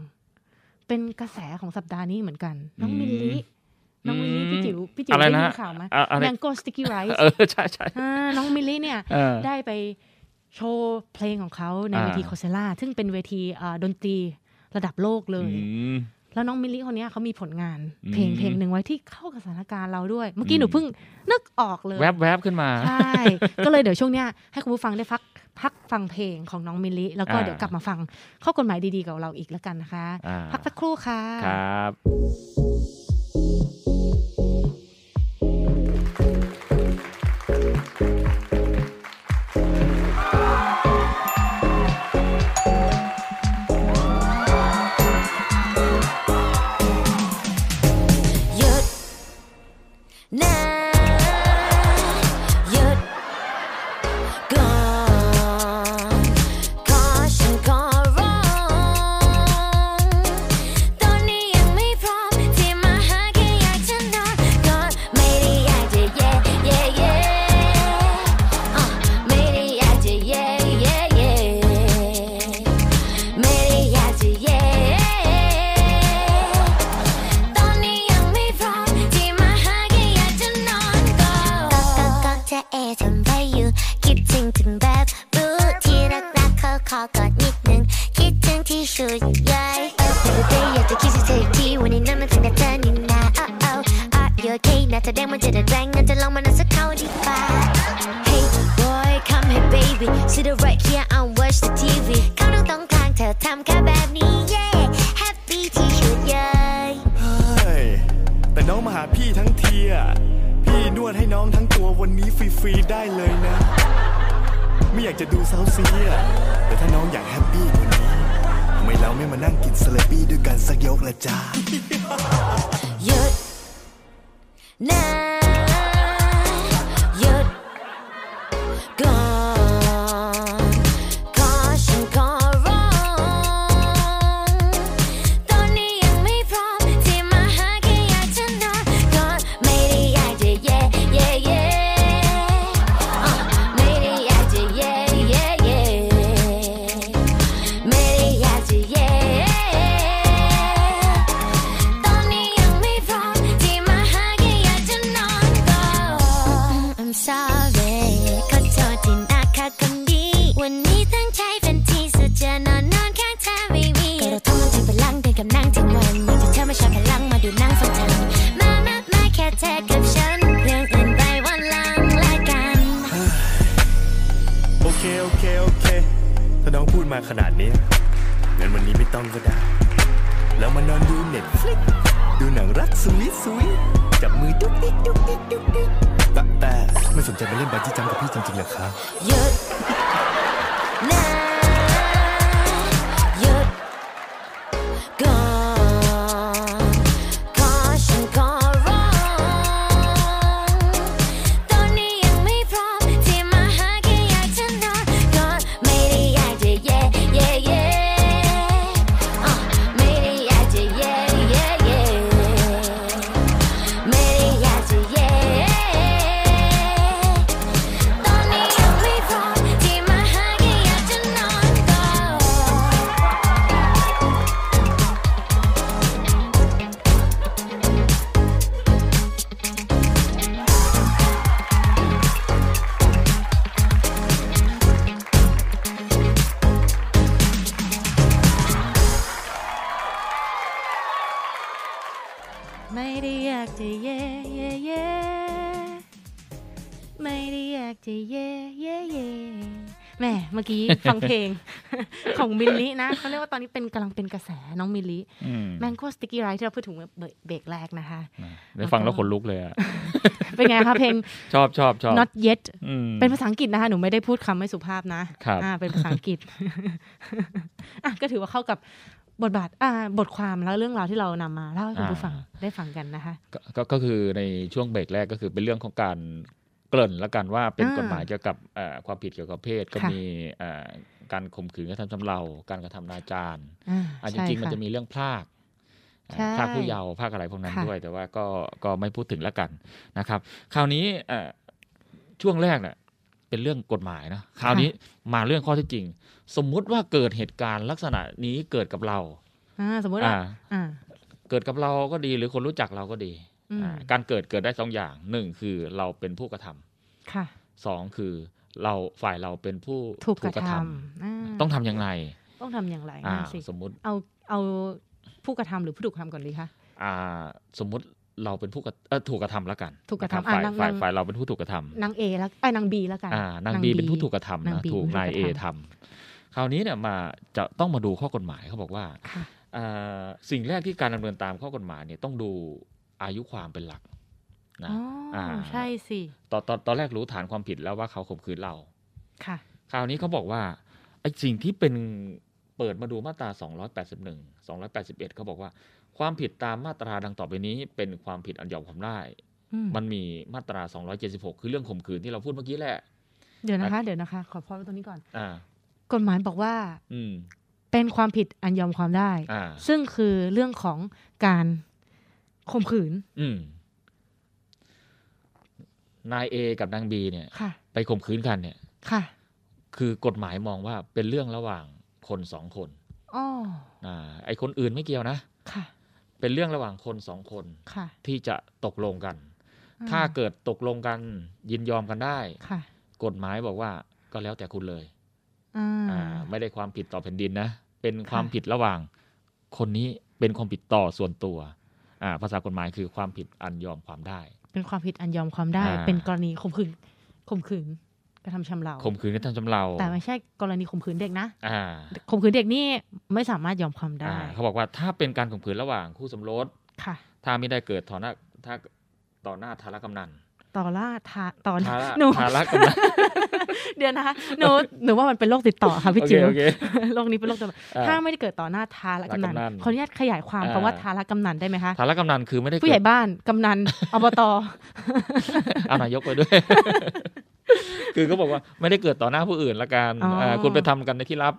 เป็นกระแสของสัปดาห์นี้เหมือนกัน น้องมิลลิ น้องมิลลี่
อืม
พี่จิ๋วพี่จิ๋ว
อะไร
ได้
นะ
ยิ
ฮะ
นข่าวไหม
อะอะไร
แมงโก้สติกกี้ไรซ์
เออ ใช่ใช่
น้องมิลลี่เนี่ย
เออ
ได้ไปโชว์เพลงของเขาในเวที
อ่า
โคเซล่าซึ่งเป็นเวทีเอ่อดนตรีระดับโลกเลย
อืม
แล้วน้องมิลลี่คนเนี้ยเขามีผลงาน
อืม
เพลงเพลงหนึ่งไว้ที่เข้ากับสถานการณ์เราด้วย เมื่อกี้
อืม
หนูเพิ่งนึกออกเลย
แวบแวบๆขึ้นมา
ใช่ ก็เลยเดี๋ยวช่วงเนี้ยให้คุณผู้ฟังได้พักพักฟังเพลงของน้องมิลลี่แล้วก็
อ่า
เดี๋ยวกลับมาฟังข้อกฎหมายดีๆกับเราอีกแล้วกันนะคะ
อ่า
พักสักครู่ค่ะ
ครับ
หยุดนะหยุดก่อนขอฉันขอร้องตอนนี้ยังไม่พร้อมที่มาหาแค่อยากจะนอนก่อนไม่ได้อยากจะเย่เย่เย่อ่ะไม่ได้อยากจะเย่เย่เย่ ไม่ได้อยากจะเย่ ตอนนี้ยังไม่พร้อมที่มาหาแค่อยากจะนอนก่อนก็ก็ก็เธอเอะทำไรอยู่ คิดถึงถึงแบบรู้ที่รักรักเขาขอกอดนิดนึง คิดถึงที่สุดใหญ่เออ baby อยากจะคิดเธออีกทีวันนี้นั้นมันถึงกับเธอนี่นา oh oh are you okay น่าจะแดงมันจะได้แรงงั้นจะลองมันนสักเข้าดีกว่า Hey boy come here baby sit right here and watch the TV เข้าตรงตรงทางเธอทำแค่แบบนี้ yeah happy ที่สุดใหญ่
เฮ้ย แต่น้องมาหาพี่ทั้งทีอ่ะ พี่นวดให้น้องทั้งตัววันนี้ฟรีๆได้เลยนะ ไม่อยากจะดูเซาซีอ่ะ แต่ถ้าน้องอยากแฮปปี้กว่านี้ทำไมเราไม่มานั่งกินสลัดปี้ด้วยกันสักยกละจ้า
หยุดนะหยุดก่อนขอฉันขอร้องตอนนี้ยังไม่พร้อมที่มาหาแค่อยากจะนอนก่อนไม่ได้อยากจะเย่เย่เย่อ่ะไม่ได้อยากจะเย่เย่เย่ไม่ได้อยากจะเย่ ตอนนี้ยังไม่พร้อมที่มาหาแค่อยากจะนอนก่อน I'm sorry ขอโทษที่นักขัดคนดี วันนี้ตั้งใจเป็นที่สุดจะนอนนอนข้างเธอไม่มีก็เราต้องมันถึงพลังเดินกับนั่งถึงวันอยากจะเธอมาชอบพลังมาดูนั่งฟังเธอมามามาแค่เธอกับฉัน เรื่องอื่นไปวันหลังละกัน
โอเค โอเค โอเค ถ้าน้องพูดมาขนาดนี้งั้นวันนี้ไม่ต้องก็ได้ แล้วมานอนดูเน็ตฟลิกดูหนังรักสวีทสวีทจับมือดุ๊กดิ๊กดุ๊กดิ๊กดุ๊กดิ๊กแต่แต่ไม่สนใจมาเล่นบาจี้จัมป์กับพี่จริงๆเหรอคะ
หยุดนะหยุดก่อนขอฉันขอร้องตอนนี้ยังไม่พร้อมที่มาหาแค่อยากจะนอนก่อนไม่ได้อยากจะเย่เย่เย่อ่ะไม่ได้อยากจะเย่เย่เย่ไม่ได้อยากจะเย่ ตอนนี้ยังไม่พร้อมที่มาหาแค่อยากจะนอนก่อน
ไม่ได้อยากจะเย่เย่เย่ไม่ได้อยากจะเย่เย่เย่แหมเมื่อกี้ ฟังเพลง ของมิลลินะเขาเรียกว่าตอนนี้เป็นกำลังเป็นกระแสน้องมิลลิ
อืม
แมงโกสติกี้ไรที่เราพูดถึงเมื่อเบรกแรกนะคะ
ได้ฟังแล้วขนลุกเลยอะ
เป็นไงคะเพลง
ชอบชอบชอบ
not yet
อืม
เป็นภาษาอังกฤษนะคะ หนูไม่ได้พูดคำไม่สุภาพนะครับ อ่าเป็นภาษาอังกฤษ อ่ะก็ถือว่าเข้ากับบทบาทอ่าบทความแล้วเรื่องราวที่เรานำมาเล่าให้คุณผู้ฟังได้ฟังกันนะคะ
ก็ก็ก็คือในช่วงเบรกแรกก็คือเป็นเรื่องของการเกริ่นละกันว่าเป็น
อ่าก
ฎหมายเกี่ยวกับเอ่อความผิดเกี่ยวกับเพศ ก็
ค่ะ
มีเอ่อการข่มขืนกระทำชำเรา การกระทำนาจาร
อ่า
อ่ะจ
ใช่
ริงๆ มัน
ค่
จะมีเรื่องพลาก
ใช่
อ่าพลากผู้เยาว์พลากอะไรพวกนั้น
ค่ะ
ด้วย แต่ว่าก็ก็ไม่พูดถึงละกันนะครับ คราวนี้เอ่อช่วงแรกเนี่ยเป็นเรื่องกฎหมายนะคราว
ค่ะ
นี้มาเรื่องข้อเท็จจริง สมมุติว่าเกิดเหตุการณ์ลักษณะนี้เกิดกับเรา
อ่าสมมติว่า
อ่า
อ่า
เกิดกับเราก็ดีหรือคนรู้จักเราก็ดี
อืม
อ่าการเกิดเกิดได้สองอย่างหนึ่งคือเราเป็นผู้กระทำ
ค่ะ
สองคือเราฝ่ายเราเป็นผู้
ถูกกระทำอ่า
ต้องทำยังไง
ต้องทำอย่างไร
อ่า
นั่นสิ
สมมุติ
เอาเอาผู้กระทำหรือผู้ถูกกระทำก่อนดีคะ
อ่าสมมุติเราเป็นผู้กระเอ่อถูกกระทำแล้วกัน
ถูกกระทำ
นคบ
อ่านั่ง
ฝ่ายฝ่ายฝ่า
นั่ง
ยเราเป็นผู้ถูกกระทำ
นางเอแล้วไอ้ยนางบีแล้วกัน
อ่านางบีเป็นผู้ถูกกระทำ
าง
นะ
บี
ถูก
เป็นผู้
นายเอ
ถูกกระ
ท
ทำ
ำคราวนี้เนี่ยมาจะต้องมาดูข้อกฎหมายเขาบอกว่า
ค่ะ
เอ่อสิ่งแรกที่การดำเนินตามข้อกฎหมายเนี่ยต้องดูอายุความเป็นหลักนะ
อ๋ออา ใช่สิ
ตอนตอนตอนแรกรู้ฐานความผิดแล้วว่าเขาข่มขืนเรา
ค่ะ
คราวนี้เขาบอกว่าไอ้สิ่งที่เป็นเปิดมาดูมาตรา 281 281เขาบอกว่า ความผิดตามมาตราดังต่อไปนี้ เป็นความผิดอันยอมความได้
อืม
มันมีมาตรา 276 คือเรื่องข่มขืนที่เราพูดเมื่อกี้แหละ
เดี๋ยวนะคะ เดี๋ยวนะคะ ขอพอดตรงนี้ก่อน
อ่า
กฎหมายบอกว่า
อืม
เป็นความผิดอันยอมความได้
อ่า
ซึ่งคือเรื่องของการข่มขืน
อืม นายเอกับนางบีเนี่ย
ค่ะ
ไปข่มขืนกันเนี่ย
ค่ะ
คือกฎหมายมองว่าเป็นเรื่องระหว่างคนสองคน
อ๋อ
อ่าไอคนอื่นไม่เกี่ยวนะ
ค่ะ
เป็นเรื่องระหว่างคนสองคน
ค่ะ
ที่จะตกลงกัน
อ่
ถ้าเกิดตกลงกันยินยอมกันได้
ค่ะ
กฎหมายบอกว่าก็แล้วแต่คุณเลย
อ่า
อ่าไม่ได้ความผิดต่อแผ่นดินนะ เป็น
ค่ะ
ความผิดระหว่าง คนนี้เป็นความผิดต่อส่วนตัวอ่าภาษากฎหมายคือความผิดอันยอมความได้
เป็นความผิดอันยอมความได้
อ่า
เป็นกรณีข่มขืน ข่มขืนกระทำชำเรา
ข่มขืนกระทำชำเรา
แต่ไม่ใช่กรณีข่มขืนเด็กนะ
อ่า
ข่มขืนเด็กนี่ไม่สามารถยอมความได้
อ่าเขาบอกว่าถ้าเป็นการข่มขืนระหว่างคู่สมรส
ค่ะ
ถ้าไม่ได้เกิดต่อหน้าถ้าต่อหน้าทารกำนัน
ต่อล่าทาต่อ
ทาระ
หนู
ทารกำนัน
เดี๋ยวนะคะหนูหนูว่ามันเป็นโรคติดต่อ ค่ะพี่
โอเค
จิ๋ว
โอเค
โรคนี้เป็นโรคติดต่อ
อ่า
ถ้าไม่ได้เกิดต่อหน้าทาระกำนั
ทาระ
น
กำนัน
ขออนุญาตขยายความ
อ่า
คำว่าทาระกำนันได้ไหมคะ
ทารกำนันคือไม่ได้
ผู้
เกิ
ใหญ่
ด
บ้านกำนัน อบต
เอานายกไปด้วย คือก็บอกว่าไม่ได้เกิดต่อหน้าผู้อื่นละกันอ่าคุณไปทำกันในที่ลับ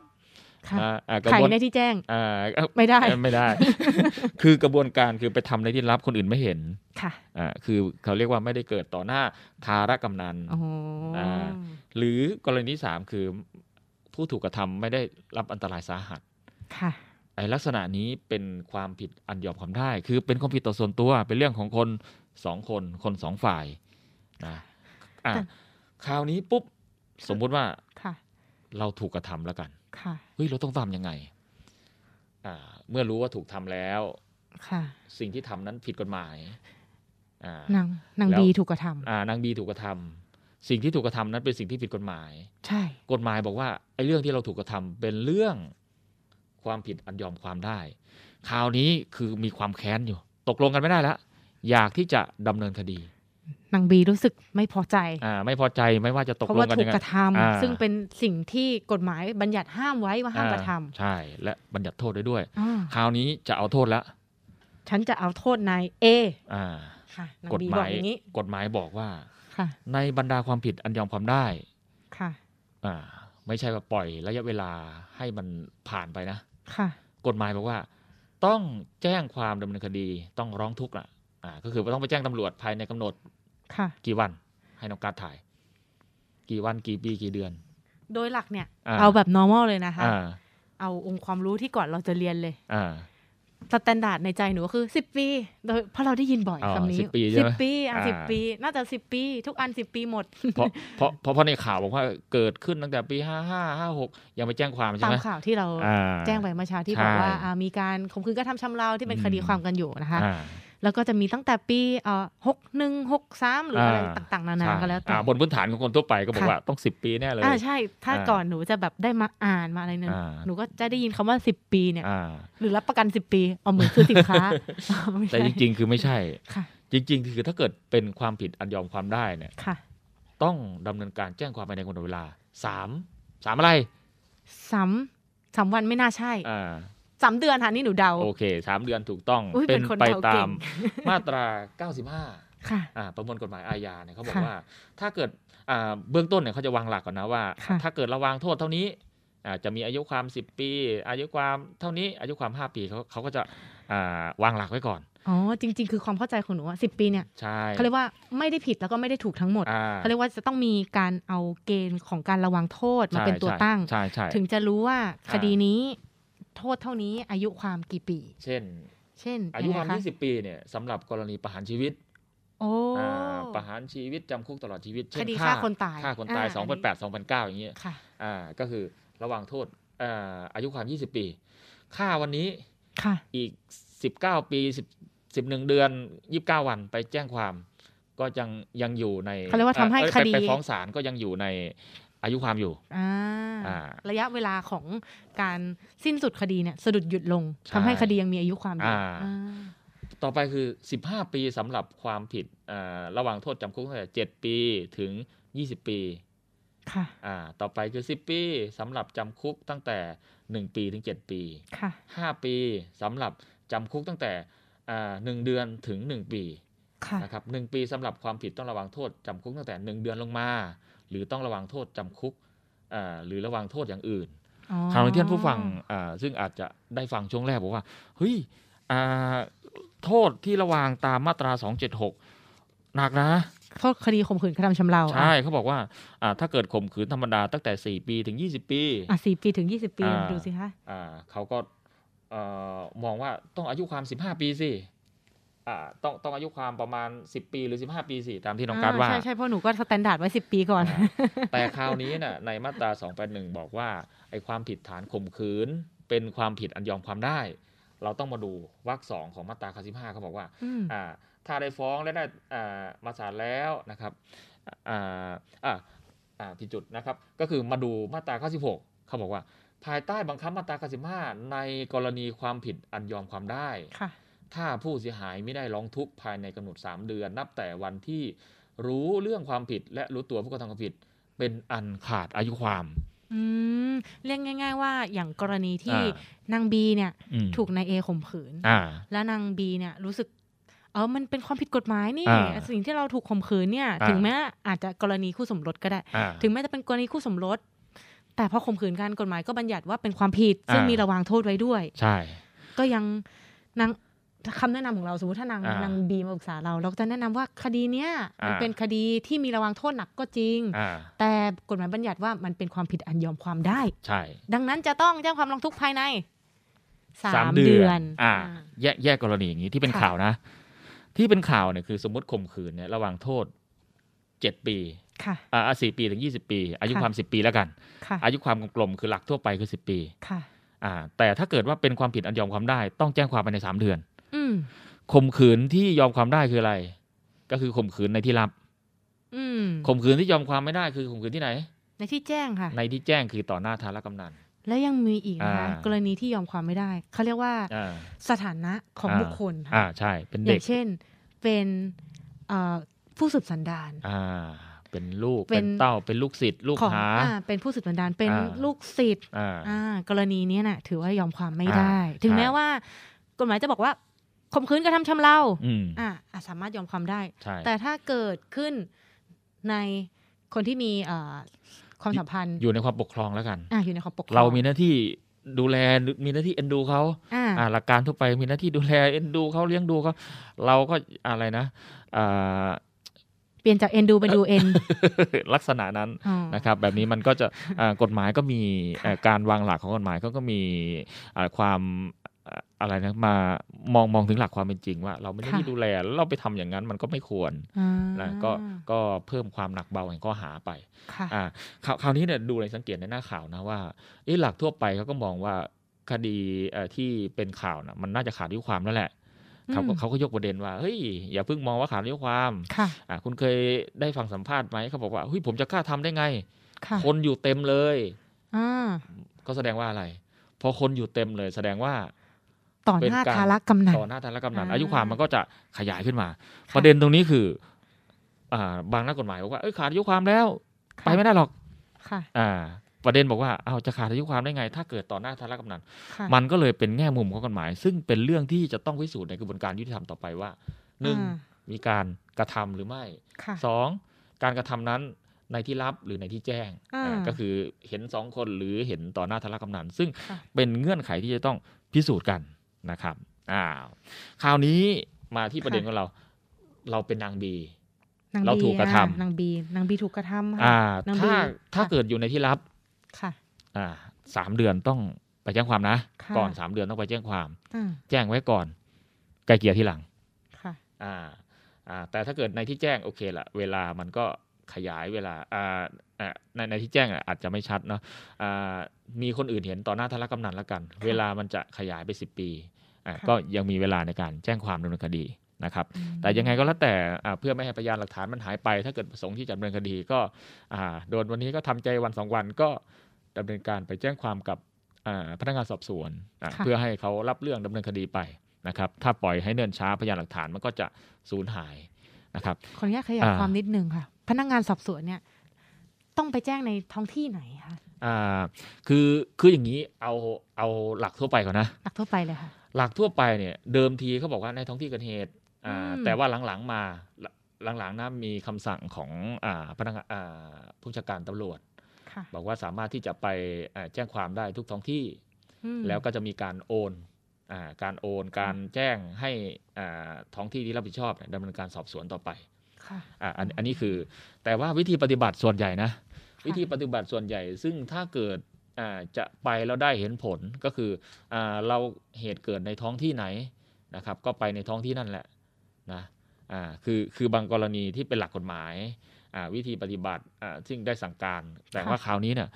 ค่ะ
อ่าอ่ากระ
ไข่
บวน
ในที่แจ้ง
อ่าเอ้า
ไม่ได้
ไม่ได้ คือกระบวนการคือไปทำในที่ลับคนอื่นไม่เห็น
ค่ะ
อ่าคือเขาเรียกว่าไม่ได้เกิดต่อหน้าทารกำนัน
อ๋ออา
หรือกรณีที่สามคือผู้ถูกกระทำไม่ได้รับอันตรายสาหัส
ค่ะ
ไอ้ลักษณะนี้เป็นความผิดอันยอมความได้ คือเป็นความผิดต่อส่วนตัว เป็นเรื่องของคนสองคน คนสองฝ่ายนะอ่ะคราวนี้ปุ๊บสมมุติว่า
ค่ะ
เราถูกกระทำแล้วกัน
ค่ะ
เฮ้ย เราต้องทำยังไงอ่าเมื่อรู้ว่าถูกทำแล้ว
ค่ะ
สิ่งที่ทำนั้นผิดกฎหมายอ่า
นางนาง
แล้ว
บีถูกกระทำ
อ่านางบีถูกกระทำสิ่งที่ถูกกระทำนั้นเป็นสิ่งที่ผิดกฎหมาย
ใช่
กฎหมายบอกว่าไอ้เรื่องที่เราถูกกระทำเป็นเรื่องความผิดอันยอมความได้ คราวนี้คือมีความแค้นอยู่ ตกลงกันไม่ได้แล้วอยากที่จะดำเนินคดี
นางบีรู้สึกไม่พอใจ
อ่าไม่พอใจไม่ว่าจะตก
เพราะ
ลง
ว่า
กัน
ถู
ยั
ก
งไง
กระท
อ่า
ำซึ่งเป็นสิ่งที่กฎหมายบัญญัติห้ามไว้ว่าห้ามกระท
อ่าใช่ และบัญญัติโทษได้ด้วย
ำอ่า
คราวนี้จะเอาโทษละ
ฉันจะเอาโทษนายเอ
อ่า
ค่ะนาง
กฎ
บี
ห
บอ
มาก ย
อย่างนี้
กฎหมายบอกว่า
ค่ะ
ในบรรดาความผิดอันยอมความได้
ค่ะ
อ่าไม่ใช่ว่าปล่อยระยะเวลาให้มันผ่านไปนะ
ค่ะ
กฎหมายบอกว่า ต้องแจ้งความดำเนินคดีต้องร้องทุกข์ล่ะอ่าก็คือว่าต้องไปแจ้งตำรวจภายในกำหนด
ค่ะ
กี่วัน ให้น้องการดถ่าย กี่วันกี่ปีกี่เดือน
โดยหลักเนี่ย
อ่า
เอาแบบ normal เลยนะคะ
อ่า
เอาองค์ความรู้ที่ก่อนเราจะเรียนเลย
อ่า
สแตนดาร์ดในใจหนูก็คือ 10 ปี โดยเพราะเราได้ยินบ่อย
อ๋อ
คำนี้
10ปีใช่
สิ
ไหม
บปีอ่ะ
อ่า
สิบปี น่าจะสิบปี ทุกอันสิบปีหมด
เพราะเพราะเพราะเพราะในข่าวบอกว่าเกิดขึ้นตั้งแต่ปีห้าห้าห้าหกยังไปแจ้งความใช่
ตาม
ไหม
ข่าวที่เรา
อ่า
แจ้งไปเมื่อเช้าที่
ใช่
บอกว่าอ่ามีการข่มขืนกระทำชำเราที่เป็น
อืม
คดีความกันอยู่นะคะ
อ่า
แล้วก็จะมีตั้งแต่ปีเอ่อหกหนึ่งหกสามหรืออะไร
อ่า
ต่างๆ นานาก็แล้วแต่
อ่าบนพื้นฐานของคนทั่วไปก็บอก
ค่ะ
ว่าต้องสิบปีแน่เลย
อ่าใช่ ถ้า
อ่า
ก่อนหนูจะแบบได้มาอ่านมาอะไรเนี่ย
อ่า
หนูก็จะได้ยินคำว่าสิบปีเนี่ย
อ่า
หรือรับประกัน 10 ปี เอาเหมือนซื้อสิน ค้า ไม่
แต่
ใช่
จริง ๆ คือไม่ใช่
ค่ะ
จริง ๆ คือถ้าเกิดเป็นความผิดอันยอมความได้เนี่ย
ค่ะ
ต้องดำเนินการแจ้งความภายในกำหนดเวลาสามสามอะไร
สามสามวันไม่น่าใช่
อ่า
สามเดือนค่ะนี่หนูเดา
โอเคสามเดือนถูกต้อง
อุ๊ยเป็นคน
ไป
เดา
ตา
เก่
ม
ง
มาตรา 95
ค่ะ
อ่าประมวลกฎหมายอาญาเนี่ยเขาบอก
ค่ะ
ว่า ถ้าเกิดอ่าเบื้องต้นเนี่ยเขาจะวางหลักก่อนนะว่า
ค่ะ
ถ้าเกิดเระวางโทษเท่านี้อ่าจะมีอายุความ 10 ปี อายุความเท่านี้อายุความ 5 ปีเขาเขาก็จะอ่าวางหลักไว้ก่อน
อ๋อจริง ๆ คือความเข้าใจของหนูว่าสิปีเนี่ย
ใช่
เขาเรียกว่าไม่ได้ผิดแล้วก็ไม่ได้ถูกทั้งหมด
อ่า
เขาเรียกว่าจะต้องมีการเอาเกณฑ์ของการระวังโทษมา
ใช่
เป็นตัว
ใช่
ตั้ง
ใช่ใช่
ถึงจะรู้ว่าคดีนี้ โทษเท่านี้อายุความกี่ปี
เช่น
เช่น
อายุความ
งไงะ
20 ปีเนี่ยสำหรับกรณีประหารชีวิต
โอ้
อ่าประหารชีวิตจำคุกตลอดชีวิตเช่
คน ดีฆ่าคนตาย
ฆ่าคนตาย
อ่า
2008 2009 อย่างเงี้ย
ค่ะ
อ่าก็คือระหว่างโทษอ่าอายุความ 20 ปีฆ่าวันนี้
ค่ะ
อีก 19 ปี 10 11 เดือน 29 วันไปแจ้งความก็ยังยังอยู่ใน
เขาเรียกว่าทำให้
อ่อ
คดี
ไปฟ้องศาลก็ยังอยู่ในอายุความอยู่
อ่า
อ่า
ระยะเวลาของการสิ้นสุดคดีเนี่ยสะดุดหยุดลง
ใช่
ทำให้คดียังมีอายุความอยู่
อ่า
อ่า
ต่อไปคือ 15 ปีสำหรับความผิดอ่าระหว่างโทษจำคุกตั้งแต่7ปีถึง 20 ปี
ค่ะ
อ่า ต่อไปคือ 10 ปีสำหรับจำคุกตั้งแต่ 1 ปีถึง 7 ปี
ค่ะ
5 ปีสำหรับจำคุกตั้งแต่อ่าหนึ่งเดือนถึง 1 ปี
ค่ะ
นะครับหนึ่งปีสำหรับความผิดต้องระวังโทษจำคุกตั้งแต่ 1 เดือนลงมา หรือต้องระวังโทษจำคุกอ่าหรือระวังโทษอย่างอื่น
อ๋อ
ทางที่ท่านผู้ฟังอ่าซึ่งอาจจะได้ฟังช่วงแรกบอกว่า เฮ้ยอ่าโทษที่ระวางตามมาตรา 276 หนักนะ
โทษคดีข่มขืนกระทำชำเรา
ใช่เขาบอกว่าอ่าถ้าเกิดข่มขืนธรรมดาตั้งแต่ 4 ปีถึง 20 ปี
อ่ะสี่ปีถึงยี่สิบปี
อ่า
ดูสิคะ
อ่าเขาก็เอ่อมองว่าต้องอายุความ 15 ปีสิอ่าต้องต้องอายุความประมาณ 10 ปีหรือ 15 ปีสิตามที่น้องการดว่า
ใช่ใช่เพราะหนูก็สแตนดาร์ดไว้สิบปีก่อน
แต่คราวนี้น่ะในมาตรา 281 บอกว่าไอ้ความผิดฐานข่มขืน เป็นความผิดอันยอมความได้ เราต้องมาดูวรรคสองของมาตรา95เขาบอกว่า
อืม
อ่า ถ้าได้ฟ้องและได้อ่ามาศาลแล้วนะครับอ่าอ่าอ่าผิดจุดนะครับ ก็คือมาดูมาตรา96เขาบอกว่า ภายใต้บังคับมาตรา95ในกรณีความผิดอันยอมความได้
ค่ะ
ถ้าผู้เสียหายไม่ได้ร้องทุกข์ภายในกำหนด 3 เดือน นับแต่วันที่รู้เรื่องความผิดและรู้ตัวผู้กระทำความผิด เป็นอันขาดอายุความ
อืมเรียกง่าย ๆ ว่าอย่างกรณี
อ
ที่
่
นางบีเนี่ย
อืม
ถูกนายเอข่มขืน
อ่า
แล้วนางบีเนี่ยรู้สึกเออมันเป็นความผิดกฎหมายนี่
อ่า
สิ่งที่เราถูกข่มขืนเนี่ย
อ่า
ถึงแม้อาจจะกรณีคู่สมรสก็ได้
อ่า
ถึงแม้จะเป็นกรณีคู่สมรส แต่พอข่มขืนการกฎหมายก็บัญญัติว่าเป็นความผิด ซึ่ง
อ่ามี
มีระวางโทษไว้ด้วย
ใช่
ก็ยังนางคำแนะนำของเราสมมติถ้านาง
อ่าน
นางบีมาปรึกษาเรา เราก็จะแนะนำว่าคดีเนี้ยมัน
อ่า
เป็นคดีที่มีระวางโทษหนักก็จริง
อ่า
แต่กฎหมายบัญญัติว่ามันเป็นความผิดอันยอมความได้
ใช่
ดังนั้นจะต้องแจ้งความร้องทุกข์ภายใน
อ่า
อ่า
แยกแยกกรณีอย่างนี้ที่เป็น
ค่ะ
ข่าวนะ ที่เป็นข่าวเนี่ยคือสมมติข่มขืนเนี่ยระหว่างโทษ 7 ปี
ค่ะ
อ่าสี่ปีถึง 20 ปี อายุ
ค่ะ
ความ 10 ปีแล้วกัน
ค่ะ
อายุความกลมๆคือหลักทั่วไปคือ 10 ปี
ค่ะ
อ่าแต่ถ้าเกิดว่าเป็นความผิดอันยอมความได้ ต้องแจ้งความภายในสามเดือน
อืม
ข่มขืนที่ยอมความได้คืออะไร ก็คือข่มขืนในที่ลับ
อืม
ข่มขืนที่ยอมความไม่ได้คือข่มขืนที่ไหน
ในที่แจ้งค่ะ
ในที่แจ้งคือต่อหน้าทารกำนัน
และยังมีอีกนะคะ
อ่าก ก
รณีที่ยอมความไม่ได้เขาเรียกว่า
อ่า
สถานะของ
อ่า
บุคคล
อ่า
ค่ะ
ใช่ เป็น
อ
เด็
ย่าก งเช่น เป็นเอ่อผู้สืบสันดาน
อ่า เป็นลูก
เป็
เป็น นเต้าเป็นลูกศิษย์ลูก
ของ
หา
อ่าเป็นผู้สืบสันดานเป็น
อ่า
ลูกศิษย์
อ่า
อ่ากรณีเนี้ยน่ะ ถือว่ายอมความไม่
อ่า
ได้ ถึง
ใช่
แม้ว่ากฎหมายจะบอกว่าข่มขืนกระทำชำเรา
อืม
อ่าอ่ะสามารถยอมความได้
ใช่
แต่ถ้าเกิดขึ้นในคนที่มีเอ่อความสัมพันธ์
อยู่ในความปกครองแล้วกัน
อ่ะอยู่ในความปกครอง
เรามีหน้าที่ดูแลมีหน้าที่เอ็นดูเขา
อ่า
อ่าหลักการทั่วไปมีหน้าที่ดูแลเอ็นดูเขาเลี้ยงดูเขาเราก็อะไรนะอ่า
เปลี่ยนจากเอ็นดูเป็นดูเอ็น
ลักษณะนั้น นะครับแบบนี้มันก็จะเอ่อกฎหมายก็มีเอ่อการวางหลักของกฎหมายเขาก็มีเอ่อความเอ่ออะไรนะมามองมองถึงหลักความเป็นจริงว่า เราไม่ได้
ค่ะ
ที่ดูแลแล้วเราไปทำอย่างนั้นมันก็ไม่ควร
อ่า
นะก็ก็เพิ่มความหนักเบาแห่งข้อหาไป
ค่ะ
อ่าคราวคราวนี้เนี่ยดูในสังเกตในหน้าข่าวนะว่าเอ๊ะหลักทั่วไปเขาก็มองว่าคดีเอ่อที่เป็นข่าวนะมันน่าจะขาดอายุความแล้วแหละเขาก็เขาก็ยกประเด็นว่าเฮ้ยอย่าเพิ่งมองว่าขาดอายุความ
ค่ะ
อ่าคุณเคยได้ฟังสัมภาษณ์ไหมเขาบอกว่าเฮ้ยผมจะกล้าทำได้ไง
ค่ะ
คนอยู่เต็มเลย
อ่า
ก็แสดงว่าอะไร พอคนอยู่เต็มเลย แสดงว่า
ต่อ
เป็น
หน้า
การ
ทารักกำนัน
ต่อหน้าทารกำนัน
อ่า
อายุความมันก็จะขยายขึ้นมา ประเด็นตรงนี้คืออ่าบางนักกฎหมายบอกว่าเอ้ยขาดอายุความแล้ว ไปไม่ได้หรอก
ค่ะ
อ่า ประเด็นบอกว่าเอาจะขาดอายุความได้ไง ถ้าเกิดต่อหน้าทารกำนัน
ค่ะ
มันก็เลยเป็นแง่มุมของกฎหมาย ซึ่งเป็นเรื่องที่จะต้องพิสูจน์ในกระบวนการยุติธรรมต่อไปว่าหนึ่ง
อ่า
มีการกระทำหรือไม่
ค่ะ
สองการกระทำนั้นในที่ลับหรือในที่แจ้ง
อ่า
อ่าก็คือเห็นสองคนหรือเห็นต่อหน้าทารกำนันซึ่ง
ค่ะ
เป็นเงื่อนไขที่จะต้องพิสูจน์กันนะครับ อ้าว คราวนี้มาที่ประเด็น
ค่ะ
ของเรา เราเป็นนางบี
นง
เรา
บี
ถูกกระทำ
อ่นางบีนางบีถูกกระทำค่ะ
อ่า
นางบี
ถ้าถ้า
ค่ะ
เกิดอยู่ในที่ลับ
ค่ะ
อ่าสามเดือนต้องไปแจ้งความนะ
ค่ะ
ก่อนสามเดือนต้องไปแจ้งความ
อ่า
แจ้งไว้ก่อน ไกลเกลี่ยที่หลัง
ค่ะ
อ่าอ่าแต่ถ้าเกิดในที่แจ้งโอเคละเวลามันก็ขยายเวลาอ่าอ่าในในที่แจ้งอะอาจจะไม่ชัดเนาะอ่ามีคนอื่นเห็นต่อหน้าทานรักกำนันละกัน เวลามันจะขยายไป 10 ปีอ่า
ค่ะ
ก็ยังมีเวลาในการแจ้งความดำเนินคดีนะครับ แต่ยังไงก็แล้วแต่อ่าเพื่อไม่ให้พยานหลักฐานมันหายไป ถ้าเกิดประสงค์ที่จะดำเนินคดีก็อ่าโดนวันนี้ก็ทำใจวันสองวันก็ดำเนินการไปแจ้งความกับอ่าพนักงานสอบสวนอ่ะ
ค่ะ
เพื่อให้เขารับเรื่องดำเนินคดีไปนะครับ ถ้าปล่อยให้เนิ่นช้าพยานหลักฐานมันก็จะสูญหายนะครับ
ขออนุญาตขยาย
อ่า
ความนิดนึงค่ะ พนักงานสอบสวนเนี่ย ต้องไปแจ้งในท้องที่ไหนคะ
อ่าคือคืออย่างนี้เอาเอาหลักทั่วไปก่อนนะ
หลักทั่วไปเลยค่ะ
หลักทั่วไปเนี่ยเดิมทีเขาบอกว่าในท้องที่เกิดเหตุอ่า
อืม
แต่ว่าหลังๆมาหลังๆนะมีคำสั่งของอาพนักงานอ่าผู้บัญชาการตำรวจ
ค่ะ
บอกว่าสามารถที่จะไปเอ่อแจ้งความได้ทุกท้องที่
อืม
แล้วก็จะมีการโอนอ่าการโอนการแจ้งให้อ่าท้องที่ที่รับผิดชอบเนี่ยดำเนินการสอบสวนต่อไป
ค่ะ
อ่าอันอันนี้คือ แต่ว่าวิธีปฏิบัติส่วนใหญ่นะ วิธีปฏิบัติส่วนใหญ่ ซึ่งถ้าเกิดอ่าจะไปแล้วได้เห็นผลก็คืออาเราเหตุเกิดในท้องที่ไหนนะครับ ก็ไปในท้องที่นั่นแหละนะอ่าคือคือบางกรณีที่เป็นหลักกฎหมายอ่าวิธีปฏิบัติอ่าซึ่งได้สั่งการ แต่ว่าคราวนี้เนี่ย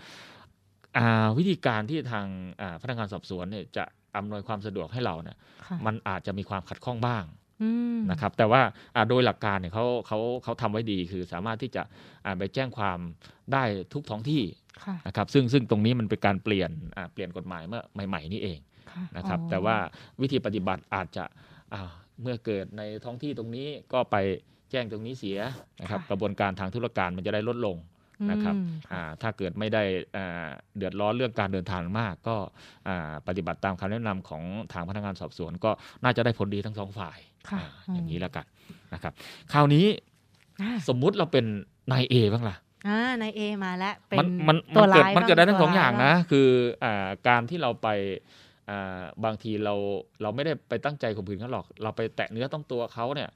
อ่าวิธีการที่ทางอ่าพนักงานสอบสวนเนี่ยจะอำนวยความสะดวกให้เราเนี่ย
ค่ะ
มันอาจจะมีความขัดข้องบ้าง
อืม
นะครับแต่ว่าอ่าโดยหลักการเนี่ยเขาเขาเขาทำไว้ดีคือสามารถที่จะอ่าไปแจ้งความได้ทุกท้องที่
ค่ะ
นะครับซึ่งซึ่งตรงนี้มันเป็นการเปลี่ยนอ่าเปลี่ยนกฎหมายเมื่อใหม่ ๆ นี่เอง
ค่ะ
นะครับ
อ๋อ
แต่ว่าวิธีปฏิบัติอาจจะอ่าเมื่อเกิดในท้องที่ตรงนี้ก็ไปแจ้งตรงนี้เสียนะครับกระบวนการทางธุรการมันจะได้ลดลง นะครับ
อืม
อ่าถ้าเกิดไม่ได้อ่าเดือดร้อนเรื่องการเดินทางมาก ก็อ่าปฏิบัติตามคำแนะนำของทางพนักงานสอบสวนก็น่าจะได้ผลดีทั้งสองฝ่าย
ค่ะ
อา
อืม
อย่างนี้แล้วกันนะครับคราวนี้
อ่า
สมมุติเราเป็นนายเอบ้างล่ะ
อ่านายเอมาแล้วเป็
มัน
น
มัน
ตั
มั
วน
เกิด
ร้าย
มันเกิดได้ทั้งส
บ้
องอย่าง
ตัวร้
นะคืออ่าการที่เราไปอ่าบางทีเราเราไม่ได้ไปตั้งใจข่มขืนเขาหรอก เราไปแตะเนื้อต้องตัวเขาเนี่ย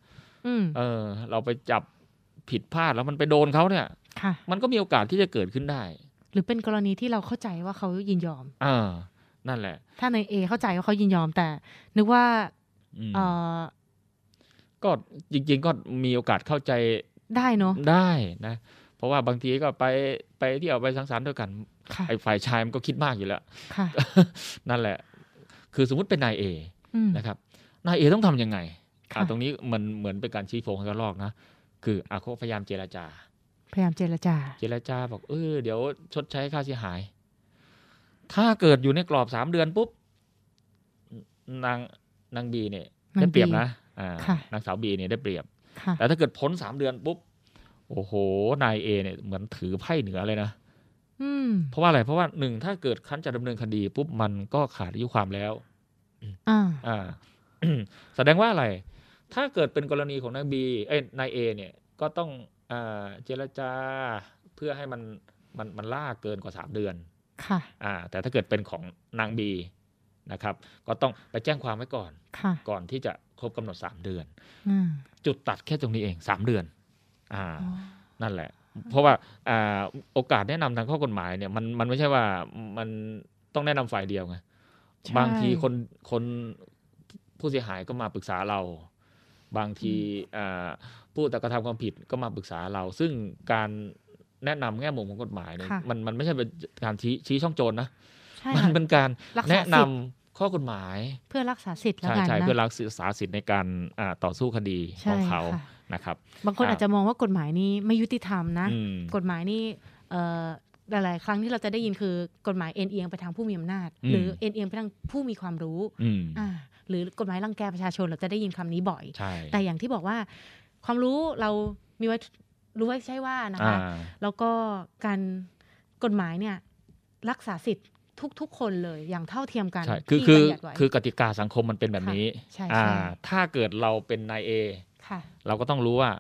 อืม
เออเราไปจับผิดพลาดแล้วมันไปโดนเขาเนี่ย
ค่ะ
มันก็มีโอกาสที่จะเกิดขึ้นได้
หรือเป็นกรณีที่เราเข้าใจว่าเขายินยอม
อ่านั่นแหละ
ถ้านายเอเข้าใจว่าเขายินยอมแต่ นึกว่า
อืม
เออ
ก็จริงๆก็มีโอกาสเข้าใจ
ได้เนาะ
ได้นะ เพราะว่าบางทีก็ไปไปเที่ยวไปสังสรรค์ด้วยกัน
ค่ะ
ไอ้ฝ่ายชายมันก็คิดมากอยู่แล้ว
ค่ะ
นั่นแหละ คือสมมติเป็นนายเอ
อืม
นะครับนายเอต้องทำยังไง
ค่ะ
อ่ะตรงนี้มันเหมือนเป็นการชี้โพงให้กระลอกนะคืออาเขาพยายามเจรจา
พยายามเจรจา
เจรจาบอกเออเดี๋ยวชดใช้ค่าเสียหาย ถ้าเกิดอยู่ในกรอบสามเดือนปุ๊บนางนางบีเนี่ยได้เปรียบนะอ่า
ค่ะ
นางสาวบีเนี่ยได้เปรียบ
ค่ะ
แต่ถ้าเกิดพ้นสามเดือนปุ๊บ โอ้โห นายเอเนี่ยเหมือนถือไพ่เหนือเลยนะ
อืม
เพราะว่าอะไร เพราะว่าหนึ่งถ้าเกิดคั้นจะดำเนินคดีปุ๊บมันก็ขาดอายุความแล้ว
อ่า
อ่า แสดงว่าอะไร ถ้าเกิดเป็นกรณีของนายบี เอ้ยนายเอเนี่ยก็ต้องอ่าเจรจาเพื่อให้มันมันมันล่าเกินกว่าสามเดือน
ค่ะ
อ่า แต่ถ้าเกิดเป็นของนางบีนะครับ ก็ต้องไปแจ้งความไว้ก่อน
ค่ะ
ก่อนที่จะครบกำหนดสามเดือน
อืม
จุดตัดแค่ตรงนี้เองสามเดือน อ่า
อ๋อ
นั่นแหละ เพราะว่าอ่าโอกาสแนะนำทางข้อกฎหมายเนี่ยมันมันไม่ใช่ว่ามันต้องแนะนำฝ่ายเดียวไงบางทีคนคนผู้เสียหายก็มาปรึกษาเรา บางทีอ่าผู้กระทำความผิดก็มาปรึกษาเรา ซึ่งการแนะนำแง่มุมของกฎหมายเนี่ยมันมันไม่ใช่เป็นการชี้ชี้ช่องโจรนะ
ใช่
มั
ค่ะ
เป็นการ
รักษา
แนะนำ
สิทธิ์
ข้อกฎหมาย
เพื่อรักษาสิทธิ์แล้ว
ใช่
กัน
ใช่
นะ
เพื่อรักษาสิทธิ์ในการอ่าต่อสู้คดีของเขา
ค่ะ
นะครับ
บางคน
อ่า
อาจจะมองว่ากฎหมายนี้ไม่ยุติธรรมนะ
อืม
กฎหมายนี่เอ่อหลาย ๆ ครั้งที่เราจะได้ยินคือกฎหมายเอ็นเอียงไปทางผู้มีอำนาจ
อืม
หรือเอ็นเอียงไปทางผู้มีความรู้
อืม
อ่าหรือกฎหมายรังแกประชาชนเราจะได้ยินคำนี้บ่อย
ใช่
แต่อย่างที่บอกว่า ความรู้เรามีไว้รู้ไว้ใช่ว่านะคะ
อ่า
แล้วก็การกฎหมายเนี่ยรักษาสิทธิ์ทุก ๆ คนเลยอย่างเท่าเทียมกัน
ใช่ คือคื
ที่
อ
บัญญัติไว้
คือกติกาสังคมมันเป็นแบบนี้
ค่ะใช่ใช่
อ่าถ้าเกิดเราเป็นนายเอ
ค่ะ
เราก็ต้องรู้ว่า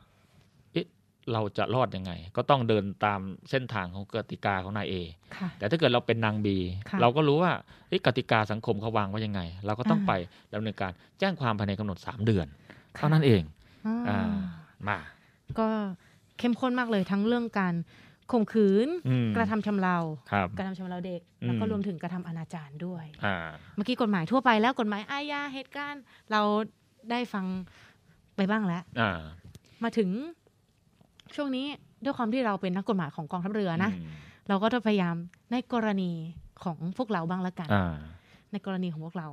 เอ๊ะ เราจะรอดยังไง ก็ต้องเดินตามเส้นทางของกติกาของนายเอ
ค่ะ
แต่ถ้าเกิดเราเป็นนางบี
ค่ะ
เราก็รู้ว่าเอ๊ะกติกาสังคมเขาวางไว่ายังไง เราก็ต้องไปดำเนินการแจ้งความภายในกำหนด 3 เดือน เท่านั้นเอง
อ่า
อ่า มา
ก็เข้มข้นมากเลยทั้งเรื่องการข่มขืน
อืม
กระทำชำเรา
ครับ
กระทำชำเราเด็ก แล้วก็
อืม
รวมถึงกระทำอนาจารด้วย
อ่า
เมื่อกี้กฎหมายทั่วไปแล้วกฎหมายอาญาเหตุการณ์ เรา ได้ฟังไปบ้างแล้ว
อ่า
มาถึงช่วงนี้ด้วยความที่เราเป็นนักกฎหมายของกองทัพเรือนะ
อืม
เราก็จะพยายามในกรณีของพวกเราบ้างละกัน
อ่า
ในกรณีของพวกเรา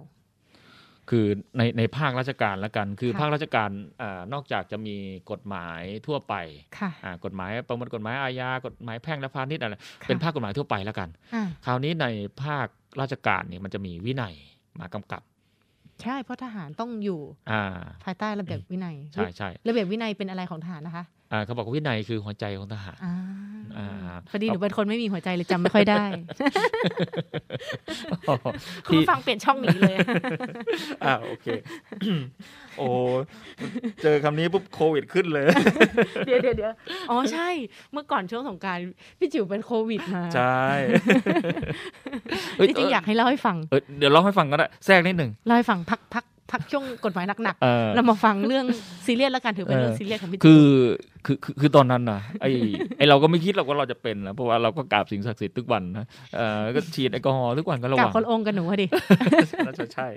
คือในในภาคราชการละกัน คือ
ค่ะ
ภาคราชการอานอกจากจะมีกฎหมายทั่วไป
ค่ะ
อ่ากฎหมายประมวลกฎหมายอาญากฎหมายแพ่งและพาณิชย์อะไรเป็นภาคกฎหมายทั่วไปละกัน
อ่า
คราวนี้ในภาคราชการเนี่ยมันจะมีวินัยมากำกับ
ใช่เพราะทหารต้องอยู่
อ่า
ภายใต้ระเบียบวินัย
ใช่ใช่
ระเบียบวินัยเป็นอะไรของทหารนะคะ
อ่าเขาบอกว่าวินัยคือหัวใจของทหาร
อ่า
อ่า
พอดีหนูเป็นคนไม่มีหัวใจเลยจำไม่ค่อยได้ คุณ
ที่
ผู้ฟังเปลี่ยนช่องหนีเลย
อ่าโอเค โอ้เจอคำนี้ปุ๊บโควิดขึ้นเลย
เดี๋ยวเดี๋ยวเดี๋ยวอ๋อใช่ เมื่อก่อนช่วงสงกรารพี่จิ๋วเป็นโควิดมา
ใช่
จริงๆอยากให้เล่าให้ฟัง
เออเดี๋ยวเล่าให้ฟังก็ได้แทรกนิดหนึ่ง
เล่าให้ฟังพักพักพักช่วงกฎหมายหนัก
เออ
ๆเรามาฟังเรื่องซีเรียสแล้วกันถือเป็นเรื่อง
เออ
ซีเรียสของพี่จิ๋ว
คือคือคือคือตอนนั้นนะไอไอเราก็ไม่คิดหรอกว่าเราจะเป็นนะเพราะว่าเราก็กราบสิ่งศักดิ์สิทธิ์ทุกวันนะเออก็ฉีดแอลกอฮอล์ทุกวันก็ระ
กับ
วัง
คนองค์กับหนูอะดิ
น่าจะใช่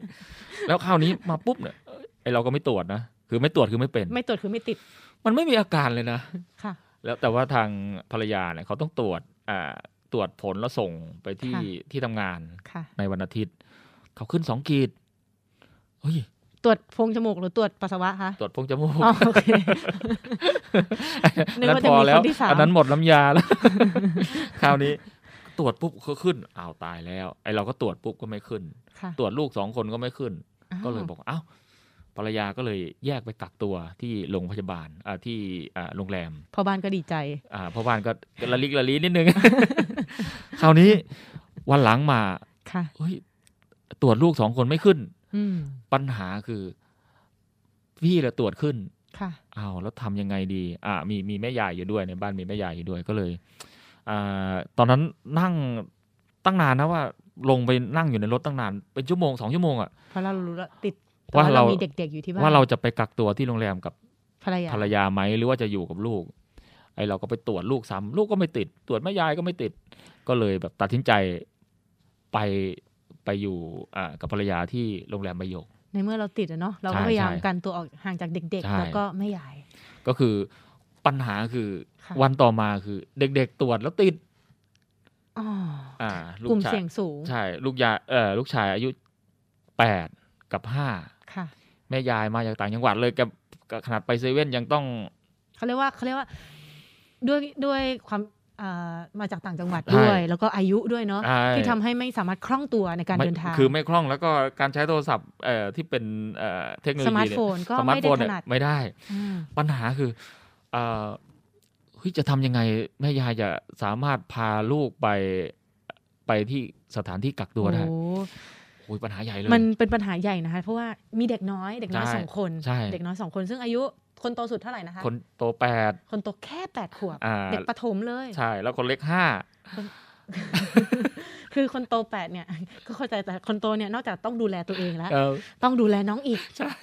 แล้วคราวนี้มาปุ๊บเนี่ยไอเราก็ไม่ตรวจนะคือไม่ตรวจคือไม่เป็น
ไม่ตรวจคือไม่ติด
มันไม่มีอาการเลยนะ
ค่ะ
แล้วแต่ว่าทางภรรยาเนี่ยเขาต้องตรวจอ่าตรวจผลแล้วส่งไปที่
ค่ะ
ที่ทำงาน
ค่ะ
ในวันอาทิตย์ เขาขึ้นสองขีดเฮ้ย
ตรวจโพรงจมูกหรือตรวจปัสสาวะคะ
ตรวจโพรงจมูก
อ๋อโอเค นึกว่าจะมี
พอแล้ว
คนที่สาม
อันนั้นหมดน้ำยาแล้ว คราวนี้ ตรวจปุ๊บก็ขึ้นอ้าวตายแล้ว ไอ้เราก็ตรวจปุ๊บก็ไม่ขึ้น
ค่ะ
ตรวจลูกสองคนก็ไม่ขึ้น
อ้าว
ก็เลยบอกเอ้าภรรยาก็เลยแยกไปกักตัวที่โรงพยาบาลอ่าที่อ่าโรงแรม
พอบ้านก็ดีใจ
อ่าพ่อบ้านก็ละลิกละลีนิด นึง คราวนี้วันหลังมา
ค่ะ
เฮ้ยตรวจลูกสองคนไม่ขึ้น
อืม
ปัญหาคือ พี่ละตรวจขึ้น
ค่ะ
อ้าวแล้วทำยังไงดี อ่า มีมีแม่ยายอยู่ด้วยในบ้านมีแม่ยายอยู่ด้วยก็เลยอ่าตอนนั้นนั่งตั้งนานนะว่า ลงไปนั่งอยู่ในรถตั้งนาน เป็นชั่วโมงสองชั่วโมงอะ
เพราะเรารู้แล้วติดแต่
ว่าเรา
มีเด็กๆอยู่ที่บ้าน
ว่าเราจะไปกักตัวที่โรงแรมกับ
ภรรยา
ภรรยาไหมหรือว่าจะอยู่กับลูก ไอเราก็ไปตรวจลูกซ้ำลูกก็ไม่ติด ตรวจแม่ยายก็ไม่ติด ก็เลยแบบตัดสินใจไปไปอยู่อ่ากับภรรยาที่โรงแรมใบหยก
ในเมื่อเราติดอะเนาะเราก็
ใช่
พยายาม
ใช่
กันตัวออกห่างจากเด็ก
ใช่
ๆ แล้วก็ไม่ใหญ่
ก็คือปัญหาคือ
ค่ะ
วันต่อมาคือ เด็กๆ ตรวจแล้วติด
อ๋อ
อ่า ลู
กลุ่ม
ชาย
เสี่ยงสูง
ใช่ลูกยายเอ่อลูกชายอายุแปดกับห้า
ค่ะ
แม่ยายมาจากต่างจังหวัดเลยแกแกขนาดไปเซเว่นยังต้อง
เขาเรียกว่าเขาเรียกว่าด้วยด้วยความอ่ามาจากต่างจังหวัด
ใช่
ด้วย แล้วก็อายุด้วยเนาะ
ใช่
ที่ทำให้ไม่สามารถคล่องตัวในการ
ไม่
เดินทาง
คือไม่คล่องแล้วก็การใช้โทรศัพท์เอ่อที่เป็นเอ่อเทคโนโลยี
สมาร์ท
เย
โฟนก็
สมาร์ทโฟน
ไม่
เนี่ย
ได้ถนัด
ไม่ได้
อืม
ปัญหาคือเอ่อเฮ้ยจะทำยังไงแม่ยายจะสามารถพาลูกไปไปที่สถานที่กักตัวได้
โอ้โห
โอ้ยปัญหาใหญ่เลย
มันเป็นปัญหาใหญ่นะคะ เพราะว่ามีเด็กน้อยเด็กน้อย
ใช่
สองคน
ใช่
เด็กน้อยสองคน ซึ่งอายุคนโตสุดเท่าไหร่นะคะ
คนโตแปด
คนโตแค่แปดขวบ
อ่า
เด็กประถมเลย
ใช่ แล้วคนเล็กห้า
คือคนโตแปดเนี่ย ก็เข้าใจแต่คนโตเนี่ยนอกจากต้องดูแลตัวเองแล้ว
เออ
ต้องดูแลน้องอีก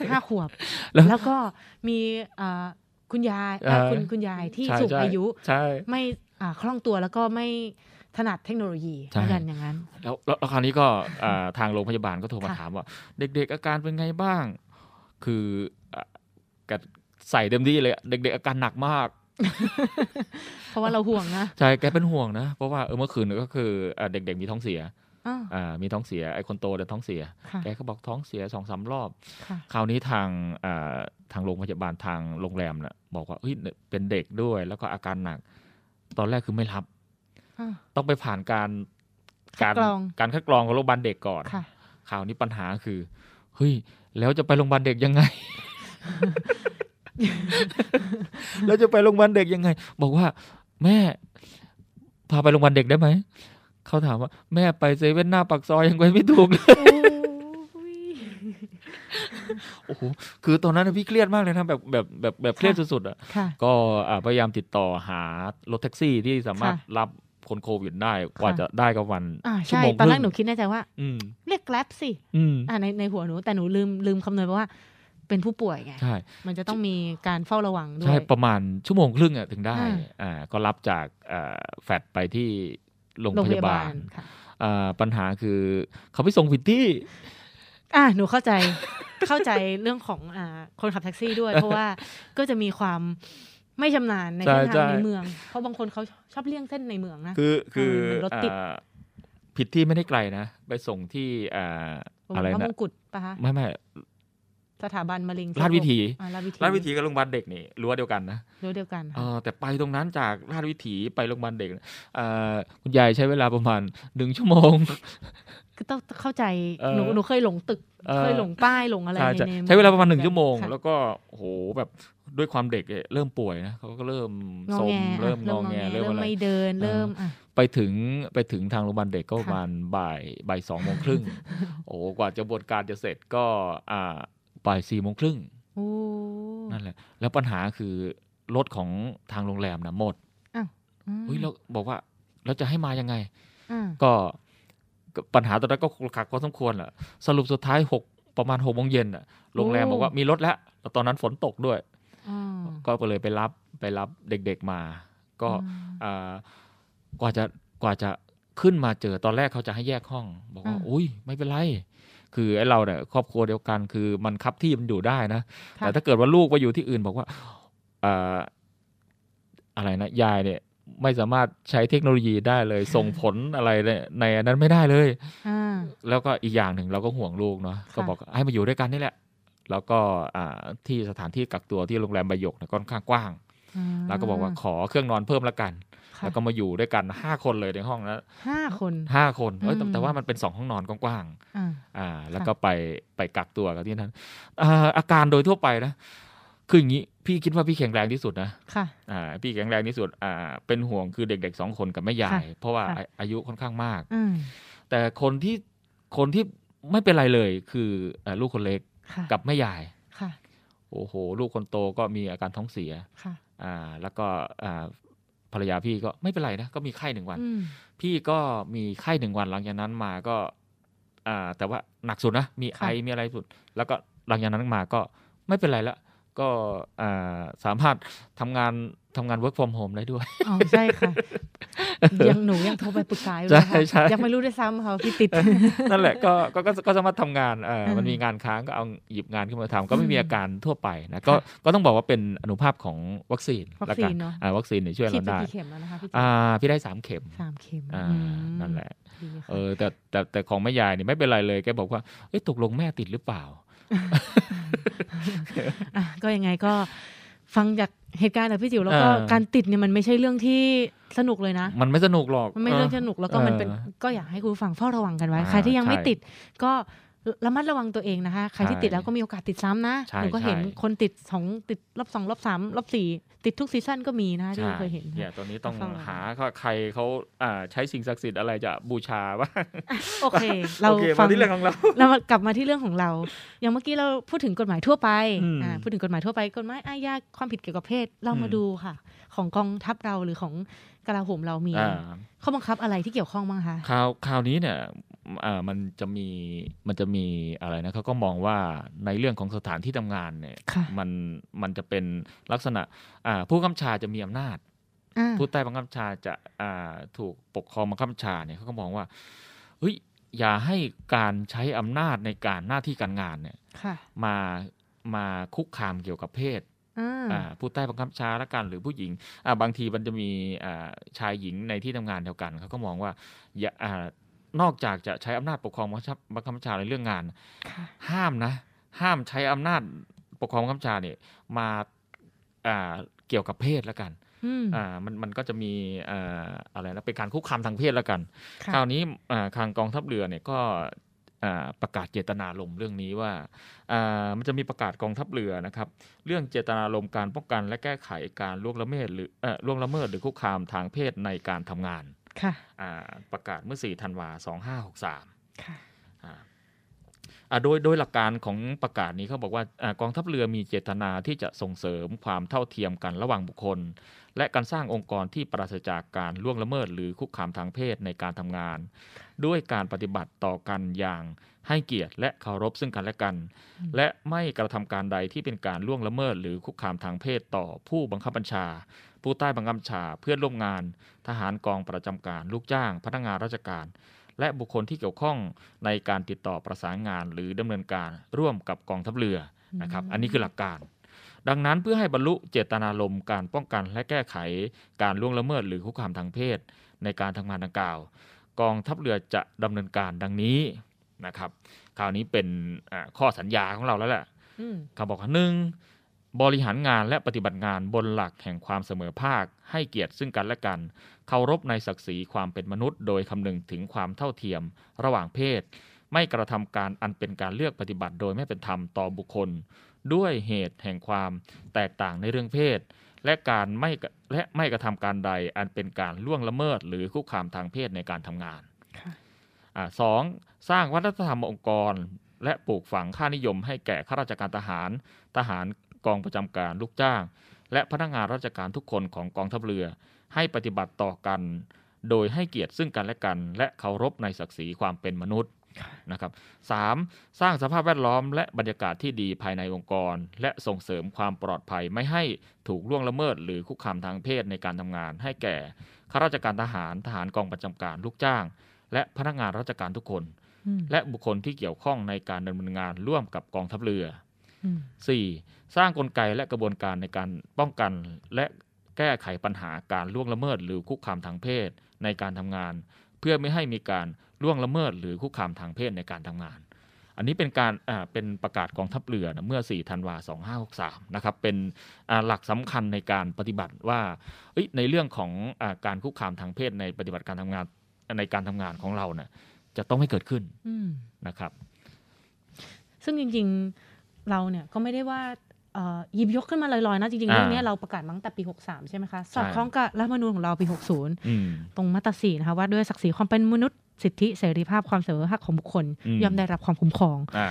ห้าขวบ
แล้ว
แล้วก็มีอ่าคุณยายเอ่อคุณคุณยายที่
ใช่
สูง
ใช่
อายุ
ใช่
ไม่อ่าคล่องตัวแล้วก็ไม่ถนัดเทคโนโลยี
ใช่
เหมือนกันอย่างนั้น
แล้วแล้วแล้วคราวนี้ก็อ่าทางโรงพยาบาลก็โทรมา
ค่ะ
ถามว่า เด็ก ๆ อาการเป็นไงบ้าง คืออ่ะกัดใส่เต็มที่เลยอะเด็ก ๆ อาการหนักมาก
เพราะว่าเราห่วงนะ
ใช่ แกเป็นห่วงนะ เพราะว่าเออเมื่อคืนก็คืออ่ะเด็ก ๆ มีท้องเสีย
อ้าว
อ่ามีท้องเสียไอ้คนโตเนี่ยท้องเสีย
ค่ะ
แกก็บอกท้องเสียสองสามรอบ
ค่ะ
คราวนี้ทางอ่าทางโรงพยาบาลทางโรงแรมน่ะบอกว่าเฮ้ยเป็นเด็กด้วยแล้วก็อาการหนัก ตอนแรกคือไม่รับ
อ่า
ต้องไปผ่านการ
คัดกรอง
การคัดกรองของโรงพยาบาลเด็กก่อน
ค่ะ
คราวนี้ปัญหาคือเฮ้ยแล้วจะไปโรงพยาบาลเด็กยัง ไง แล้วจะไปโรงพยาบาลเด็กยังไง บอกว่า แม่ พาไปโรงพยาบาลเด็กได้ไหมเขาถามว่าแม่ไปเซเว่นหน้าปากซอยยังไปไม่ถูกเลย โอ้โห คือตอนนั้นน่ะพี่เครียดมากเลยนะแบบแบบแบบแบบเครียดสุดๆอ่ะ
ค่ะ
ก็อ่าพยายามติดต่อหารถแท็กซี่ที่สามารถ
ค่ะ
รับคนโควิดได้กว่า
ค่ะ
จะได้กับวัน
อ่า
ชั่ว
ใช่
โมง
ตอน
ค
แร
รึ่
ก
ง
หนูคิดในใจว่า
อืม
เรียกแกล็บสิ
อืม
อ่าในในหัวหนู แต่หนูลืมลืมคำนวณไปว่าเป็นผู้ป่วยไง
ใช่
มันจะต้องมีการเฝ้าระวังด้ว
ใช่
ย
ประมาณชั่วโมงครึ่งอ่ะถึงได้
อ่า
อ่า ก็รับจากอ่าแฟดไปที่โรงพยาบาล
ค่ะ
อ่าปัญหาคือเขาไปส่งผิดที่
อ่าหนูเข้าใจ เข้าใจเรื่องของอาคนขับแท็กซี่ ด้วย เพราะว่าก็จะมีความไม่ชำนาญใน
ใช่
เส้น
ใช่
ทางในเมือง เพราะบางคนเขาชอบเลี่ยงเส้นในเมืองนะ
คือคือ
มันรถติด
อ่าผิดที่ไม่ได้ไกลนะ ไปส่งที่อ่าอะไร
พระม
นะ
งกุฎปะคะ
ไม่ไม่
สถาบันมะเร็ง
ลาดวิถี
อ่าลาดวิถี
ลาดวิถีกับโรงพยาบาลเด็กนี่รั้วเดียวกันนะ
รู้เดียวกัน
เออ
ค่ะ
แต่ไปตรงนั้นจากลาดวิถีไปโรงพยาบาลเด็กนะเอ่อคุณยายใช้เวลาประมาณหนึ่งชั่วโมง
คือต้องเข้าใจ
เออ
หนูหนูเคยหลงตึก
เออ
เคยหลงป้ายหลงอะไร
ใช่ใช่
ในใน
ใช้เวลาประมาณหนึ่งชั่วโมง
ค่ะ
แล้วก็โอ้โหแบบด้วยความเด็กเนี่ยเริ่มป่วยนะเขาก็เริ่ม
งอ
สม
แง
เริ่มงอง
ะ
แง
เริ่
เริ่ม
ม
อะไร
ไม่เดิน
เออ
เริ่มอ่ะ
ไปถึงไปถึงทางโรงพยาบาลเด็กก็ป
ค่ะ
ระมาณบ่ายบ่ายสองโมงค รึ่งโอ้โหกว่าจะบทการจะเสร็จก็อ่าบ่ายสี่โมงครึ่ง
โอ้
นั่นแหละ แล้วปัญหาคือรถของทางโรงแรมนะหมด
อืม
เฮ้ยเราบอกว่าเราจะให้มายังไง
อ่ะ
ก็ก็ปัญหาตอนนั้นก็ขักพอสมควรแหละสรุปสุดท้ายหกประมาณหกโมงเย็นน่ะโรงแรมบอกว่ามีรถแล้วแล้วตอนนั้นฝนตกด้วย
อ่า
ก็เลยไปรับไปรับเด็กๆมา ก็อ่ากว่าจะกว่าจะขึ้นมาเจอตอนแรกเขาจะให้แยกห้อง บอกว่า
อ่า
อุ้ยไม่เป็นไร คือไอ้เราเนี่ยครอบครัวเดียวกันคือมันคับที่มันอยู่ได้นะ
ค่ะ
แต่ถ้าเกิดว่าลูกไปอยู่ที่อื่นบอกว่าอ่าอะไรนะยายเนี่ยไม่สามารถใช้เทคโนโลยีได้เลย ส่งผลอะไรในในอันนั้นไม่ได้เลย
อ่า
แล้วก็อีกอย่างหนึ่งเราก็ห่วงลูกเนาะ
ค่ะ
ก็บอกให้มาอยู่ด้วยกันนี่แหละ แล้วก็อ่าที่สถานที่กักตัวที่โรงแรมใบหยกเนี่ยค่อนข้างกว้าง
อ่
แล้วก็บอกว่าขอเครื่องนอนเพิ่มละกัน
ค่ะ
แล้วก็มาอยู่ด้วยกัน 5 คนเลยในห้องนะ
ห้าคน
ห้าคนเอ้ยแต่
อืม
แต่ว่ามันเป็น 2 ห้องนอนกว้าง
อ่า
ๆอ่า แล้วก็ไปไปกักตัวกันที่นั้นอ่าอาการโดยทั่วไปนะคืออย่างนี้พี่คิดว่าพี่แข็งแรงที่สุดนะ
ค่ะ
อ่าพี่แข็งแรงที่สุดอ่าเป็นห่วงคือเด็กๆสองคนกับแม่ยาย
ค่ะ
เพราะว่า
ค่ะ
อายุค่อนข้างมาก
อืม
แต่คนที่คนที่ไม่เป็นไรเลยคือเอ่อลูกคนเล็ก
ค่ะ
กับแม่ยาย
ค่ะ
โอ้โห ลูกคนโตก็มีอาการท้องเสีย
ค่ะ
อ่า แล้วก็อ่าภรรยาพี่ก็ไม่เป็นไรนะ ก็มีไข้หนึ่งวัน
อืม
พี่ก็มีไข้หนึ่งวันหลังจากนั้นมาก็อ่าแต่ว่าหนักสุดนะ มีไอ มีอะไรสุด แล้วก็หลังจากนั้นมาก็ไม่เป็นไรละ ก็อ่าสามารถทำงานทำงาน work from home ได้ด้วย
อ๋อใช่ค่ะ ยังหนูยังโทรไปปรึกษาอยู่
ใช่
นะคะ
ใช่
ยังไม่รู้ด้วยซ้ำค่ะว่าพี่ติด
นั่นแหละก็ก็ก็ก็สามารถทำงานเอ่อ
เออ
มันมีงานค้างก็เอาหยิบงานขึ้นมาทำก็ไม่มี
อืม
อาการทั่วไปนะก็ก็ต้องบอกว่าเป็นอนุภาพของวัคซีน
วัคซีนเนอะ
อ่าวัคซีนเนี่ยช่วย
ฉีด
เราได้
ไปกี่เข็มแล้วนะคะพี่ติด
อ่าพี่ได้สามเข็ม
สามเข็ม
อ่า
อืม
นั่นแหละ
ดีค่ะ
เออแต่แต่แต่ของแม่ยายเนี่ยไม่เป็นไรเลยแกบอกว่าเอ้ยตกลงแม่ติดหรือเปล่า
ะก็ยังไงก็ฟังจากเหตุการณ์จากพี่จิ๋วแล้วก็
เออ
การติดเนี่ยมันไม่ใช่เรื่องที่สนุกเลยนะ
มันไม่สนุกหรอก
มันไม่เรื่อง
อ
ส
อ
นุกแล้วก็มันเป็น
เออ
ก็อยากให้คุณผู้ฟังเฝ้าระวังกันไว้
อ่า
ใครที่ยังไม่
ใช่
ติดก็ระมัดระวังตัวเองนะคะ ใครที่
ใช่
ติดแล้วก็มีโอกาสติดซ้ำนะ
ใช่
หนูก็เห็น
ใช่
คนติดสองติดรอบสองรอบสามรอบสี่ติดทุกซีซั่นก็มีนะคะที่
ใช่
เคยเห็น
เนี่ยตอนนี้ต้อง
เฝ้าระวัง
หาว่าใครเขาอ่าใช้สิ่งศักดิ์สิทธิ์อะไรจะบูชาว่า
โอ เค เราฟั
ฟั
ง
งที่เรื่องของเรา
เรามากลับมาที่เรื่องของเรา อย่างเมื่อกี้เราพูดถึงกฎหมายทั่วไป
อืม
อ่าพูดถึงกฎหมายทั่วไปกฎหมายอาญาความผิดเกี่ยวกับเพศเรามา
อืม
ดูค่ะ ของกองทัพเราหรือของกลาโหมเรามี
อ่า
ข้อบังคับอะไรที่เกี่ยวข้องบ้างคะ
คราวคราวนี้เนี่ยอ่ามันจะมีมันจะมีอะไรนะเขาก็มองว่าในเรื่องของสถานที่ทำงานเนี่ย
ค่ะ
มันมันจะเป็นลักษณะอ่าผู้กำกับชาจะมีอำนาจ
อ่า
ผู้ใต้บังคับบัญชาจะอ่าถูกปกครองบังคับบัญชาเนี่ยเขาก็มองว่าเฮ้ยอย่าให้การใช้อำนาจในการหน้าที่การงานเนี่ย
ค่ะ
มามาคุกคามเกี่ยวกับเพศ
อ่า
อ่าผู้ใต้บังคับบัญชาละกันหรือผู้หญิงอ่าบางทีมันจะมีอ่าชายหญิงในที่ทำงานเดียวกันเขาก็มองว่าอย่าอ่านอกจากจะใช้อำนาจปกครองบังคับบังคับบัญชาในเรื่องงาน
ค่ะ
ห้ามนะ ห้ามใช้อำนาจปกครองบังคับบัญชาเนี่ยมาอ่าเกี่ยวกับเพศละกัน
อืม
อ่ามันมันก็จะมีอ่าอะไรนะเป็นการคุกคามทางเพศละกัน
ค่ะ
คราวนี้อ่าทางกองทัพเรือเนี่ยก็อ่าประกาศเจตนารมณ์เรื่องนี้ว่าอ่ามันจะมีประกาศกองทัพเรือนะครับ เรื่องเจตนารมณ์การป้องกันและแก้ไขการล่วงละเมิดหรือเอ่อล่วงละเมิดหรือคุกคามทางเพศในการทำงาน
ค่ะ
อ่าประกาศเมื่อ 4 ธันวา 2563
ค่ะ
อ่าอ่าโดยโดยหลักการของประกาศนี้เขาบอกว่าอากองทัพเรือมีเจตนาที่จะส่งเสริมความเท่าเทียมกันระหว่างบุคคล และการสร้างองค์กรที่ปราศจากการล่วงละเมิด หรือคุกคามทางเพศในการทำงาน ด้วยการปฏิบัติต่อกันอย่างให้เกียรติและเคารพซึ่งกันและกัน และไม่กระทำการใดที่เป็นการล่วงละเมิด หรือคุกคามทางเพศต่อผู้บังคับบัญชา ผู้ใต้บังคับบัญชาเพื่อนร่วมงาน ทหารกองประจำการ ลูกจ้าง พนักงานราชการ และบุคคลที่เกี่ยวข้องในการติดต่อประสานงานหรือดำเนินการร่วมกับกองทัพเรือนะครับ อันนี้คือหลักการ ดังนั้นเพื่อให้บรรลุเจตนารมณ์การป้องกันและแก้ไขการล่วงละเมิดหรือคุกคามทางเพศ ในการทำงานดังกล่าว กองทัพเรือจะดำเนินการดังนี้นะครับ คราวนี้เป็นอ่าข้อสัญญาของเราแล้วแหละ
อืม
คำบอกว่าหนึ่งบริหารงานและปฏิบัติงานบนหลักแห่งความเสมอภาค ให้เกียรติซึ่งกันและกัน เคารพในศักดิ์ศรีความเป็นมนุษย์ โดยคำนึงถึงความเท่าเทียม ระหว่างเพศ ไม่กระทำการอันเป็นการเลือกปฏิบัติโดยไม่เป็นธรรมต่อบุคคล ด้วยเหตุแห่งความแตกต่างในเรื่องเพศ และการไม่กระและไม่กระทำการใดอันเป็นการล่วงละเมิด หรือคุกคามทางเพศในการทำงาน
ค่ะ
อ่าสองสร้างวัฒนธรรมองค์กร และปลูกฝังค่านิยมให้แก่ข้าราชการทหาร ทหารกองประจำการลูกจ้าง และพนักงานราชการทุกคนของกองทัพเรือ ให้ปฏิบัติต่อกัน โดยให้เกียรติซึ่งกันและกัน และเคารพในศักดิ์ศรีความเป็นมนุษย์นะครับสามสร้างสภาพแวดล้อมและบรรยากาศที่ดีภายในองค์กร และส่งเสริมความปลอดภัยไม่ให้ถูกล่วงละเมิด หรือคุกคามทางเพศในการทำงาน ให้แก่ข้าราชการทหาร ทหารกองประจำการลูกจ้าง และพนักงานราชการทุกคน
อืม
และบุคคลที่เกี่ยวข้องในการดำเนินงานร่วมกับกองทัพเรือ
อืม
4. สร้างกลไกและกระบวนการในการป้องกัน และแก้ไขปัญหาการล่วงละเมิด หรือคุกคามทางเพศในการทำงาน เพื่อไม่ให้มีการล่วงละเมิด หรือคุกคามทางเพศในการทำงาน อันนี้เป็นการอ่าเป็นประกาศกองทัพเรือนะเมื่อ 4 ธันวา2563 นะครับเป็นอ่าหลักสำคัญในการปฏิบัติว่าเอ้ยในเรื่องของอาการคุกคามทางเพศในปฏิบัติการทำงานในการทำงานของเราเนี่ยจะต้องไม่เกิดขึ้น
อืม
นะครับ
ซึ่งจริงๆเราเนี่ยก็ไม่ได้ว่าเอ่อหยิบยกขึ้นมาลอยๆนะจริงๆ
อ่า
เรื่องเนี้ยเราประกาศมาตั้งแต่ปี 63 ใช่ไหมคะสอด
ใช่
คล้องกับรัฐธรรมนูญของเราปี
อืม
60 ตรงมาตราสี่นะคะว่าด้วยศักดิ์ศรีความเป็นมนุษย์สิทธิเสรีภาพความเสมอภาคของบุคคล
อืม
ย่อมได้รับความคุ้มครอง
อ่า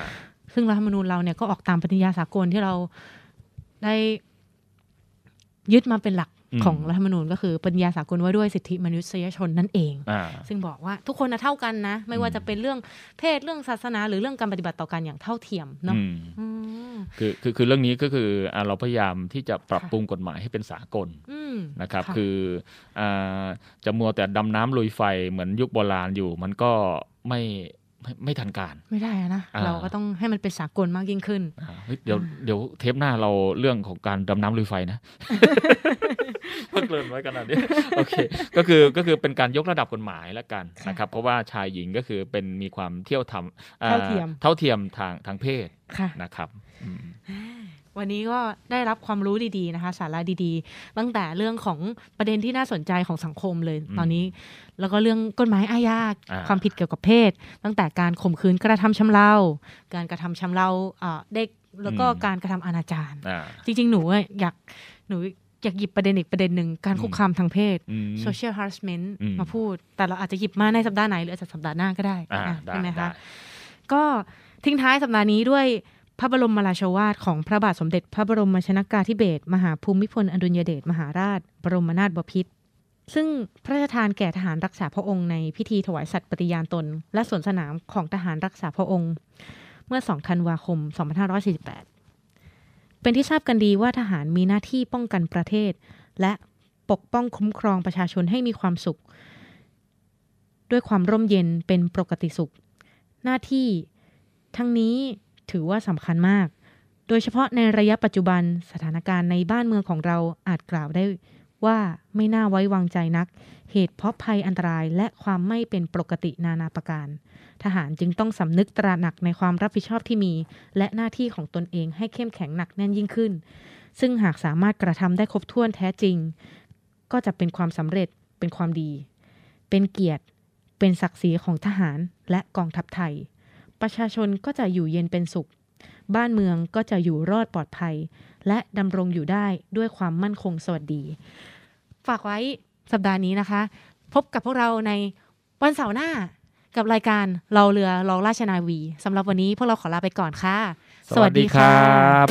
ซึ่งรัฐธรรมนูญเราเนี่ยก็ออกตามปฏิญญาสากลที่เราได้ยึดมาเป็นหลัก
อืม
ของรัฐธรรมนูญก็คือปฏิญญาสากลว่าด้วยสิทธิมนุษยชนนั่นเอง
อ่า
ซึ่งบอกว่าทุกคนนะเท่ากันนะ ไม่ว่า
อืม
จะเป็นเรื่องเพศเรื่องศาสนา หรือเรื่องการปฏิบัติต่อกันอย่างเท่าเทียมเนาะ
อืม
อืม
คือคือคือเรื่องนี้ก็คืออ่าเราพยายามที่จะปรับ
ค่ะ
ปรุงกฎหมายให้เป็นสากล
อืม
นะครับ คืออาจะมัวแต่ดำน้ำลุยไฟเหมือนยุคโบราณอยู่ มันก็ไม่ไม่ไม่ทันการ
ไม่ได้อะนะ
อ่า
เราก็ต้องให้มันเป็นสากลมากยิ่งขึ้น
อ่าเฮ้ยเดี๋ยวเดี๋ยวเทปหน้าเราเรื่องของการดำน้ำลุยไฟ นะ เพิ่งเกริ่นไว้ขนาดนี้โอเค ก็คือก็คือเป็นการยกระดับกฎหมายละกัน
ค่ะ
นะครับ เพราะว่าชายหญิงก็คือเป็นมีความเที่ยวทำอ่
เท่าเทียม
เท่าเทียมทางทางเพศ
ค่ะ
นะครับอืม
วันนี้ก็ได้รับความรู้ดีๆนะคะ สาระดีๆ ตั้งแต่เรื่องของประเด็นที่น่าสนใจของสังคมเลย
อืม
ตอนนี้ แล้วก็เรื่องกฎหมายอาญา
อ่า
ความผิดเกี่ยวกับเพศ ตั้งแต่การข่มขืนกระทำชำเรา การกระทำชำเราเอ่อเด็กแล้วก็การกระทำอนาจาร
อ่า
จริงๆ หนูอะอยากหนูอยากหยิบประเด็นอีกประเด็นหนึ่งการ
อืม
คุกคามทางเพศ
อืม
social harassment
อืม
มาพูด แต่เราอาจจะหยิบมาในสัปดาห์ไหน หรืออาจจะสัปดาห์หน้าก็ได้
อ่า
อ่ะ
ได้
ใช่ไหม
ได้
คะ ก็ทิ้งท้ายสัปดาห์นี้ด้วยพระบรมราโชวาทของพระบาทสมเด็จพระบรมชนกาธิเบศรมหาภูมิพลอดุลยเดชมหาราช บรมนาถบพิตรซึ่งพระราชทานแก่ทหารรักษาพระองค์ในพิธีถวายสัตย์ปฏิญาณตน และสวนสนามของทหารรักษาพระองค์ เมื่อ 2 ธันวาคม 2548 เป็นที่ทราบกันดีว่าทหารมีหน้าที่ป้องกันประเทศ และปกป้องคุ้มครองประชาชนให้มีความสุข ด้วยความร่มเย็นเป็นปกติสุข หน้าที่ทั้งนี้ถือว่าสำคัญมาก โดยเฉพาะในระยะปัจจุบันสถานการณ์ในบ้านเมืองของเราอาจกล่าวได้ว่าไม่น่าไว้วางใจนัก เหตุเพราะภัยอันตรายและความไม่เป็นปกตินานาประการ ทหารจึงต้องสำนึกตระหนักในความรับผิดชอบที่มี และหน้าที่ของตนเองให้เข้มแข็งหนักแน่นยิ่งขึ้น ซึ่งหากสามารถกระทำได้ครบถ้วนแท้จริง ก็จะเป็นความสำเร็จเป็นความดี เป็นเกียรติ เป็นศักดิ์ศรีของทหารและกองทัพไทย ประชาชนก็จะอยู่เย็นเป็นสุข บ้านเมืองก็จะอยู่รอดปลอดภัย และดำรงอยู่ได้ด้วยความมั่นคงสวัสดี ฝากไว้สัปดาห์นี้นะคะ พบกับพวกเราในวันเสาร์หน้ากับรายการเราเรือเราราชนาวีสำหรับวันนี้พวกเราขอลาไปก่อนค่ะ
สวัสดีครับ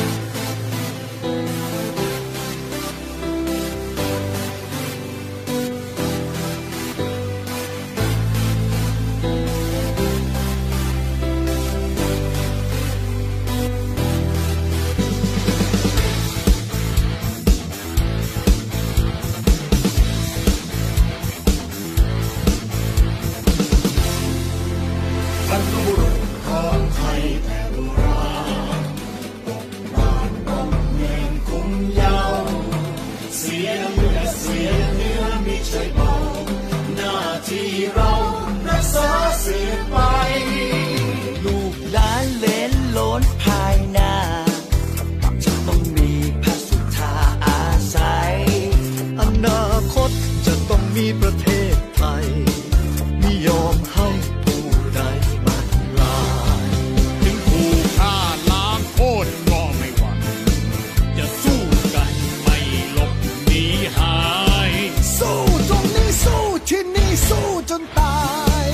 「
โล้นภายหน้า จะต้องมีแพทย์สุธาอาศัย อนาคตจะต้องมีประเทศไทยไม่ยอมให้ผู้ใดมาทำลาย
ถึงถูกฆ่าล้างโคตรก็ไม่หวั่นจะสู้กันไม่หลบหนีหาย
สู้ตรงนี้สู้ที่นี่สู้จนตาย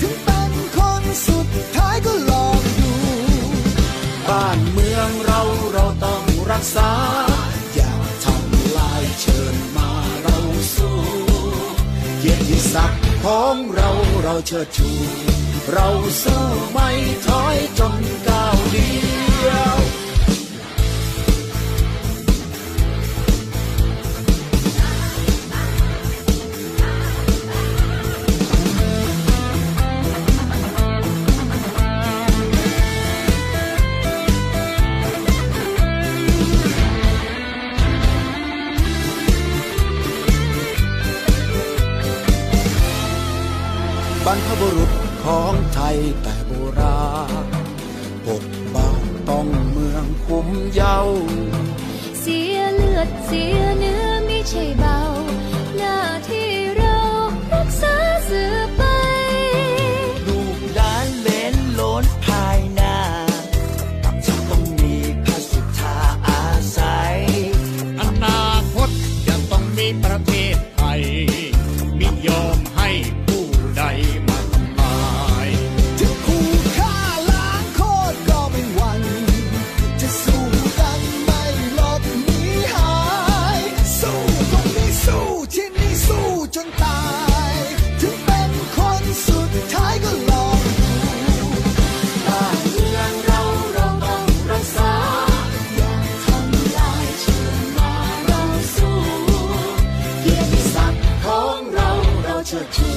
ถึงเป็นคนสุดท้ายก็ลองดู บ้านเมืองเราเราต้องรักษา อย่าทำลายเชิญมาเราสู้เกียรติศักดิ์ของเราเราเชิดชู เราสู้ไม่ถอยจนก้าวเดียว บรรพบุรุษของไทยแต่โบราณปกป้องต้องเมืองคุ้มเยา
เสียเลือดเสียเนื้อไม่ใช่เบา หน้าที่เรารักษาสืบไป
ลูกหลานเหลนโหล้นภายหน้าจะต้องมีพระสุธาอาศัย
อนาคตจะต้องมีประเทศไทยมิยอมให้ผู้ใดมาทำลาย
ถึงคู่ฆ่าล้างโคตรก็ไม่หวั่นจะสู้กันไม่หลบหนีหาย สู้ตรงนี้สู้ที่นี่สู้จนตาย ถึงเป็นคนสุดท้ายก็ลองดูบ้านเมืองเราเราต้องรักษา อย่าทำลายเชื่อมาเราสู้ เกียรติศักดิ์ของเราเราเชิดชู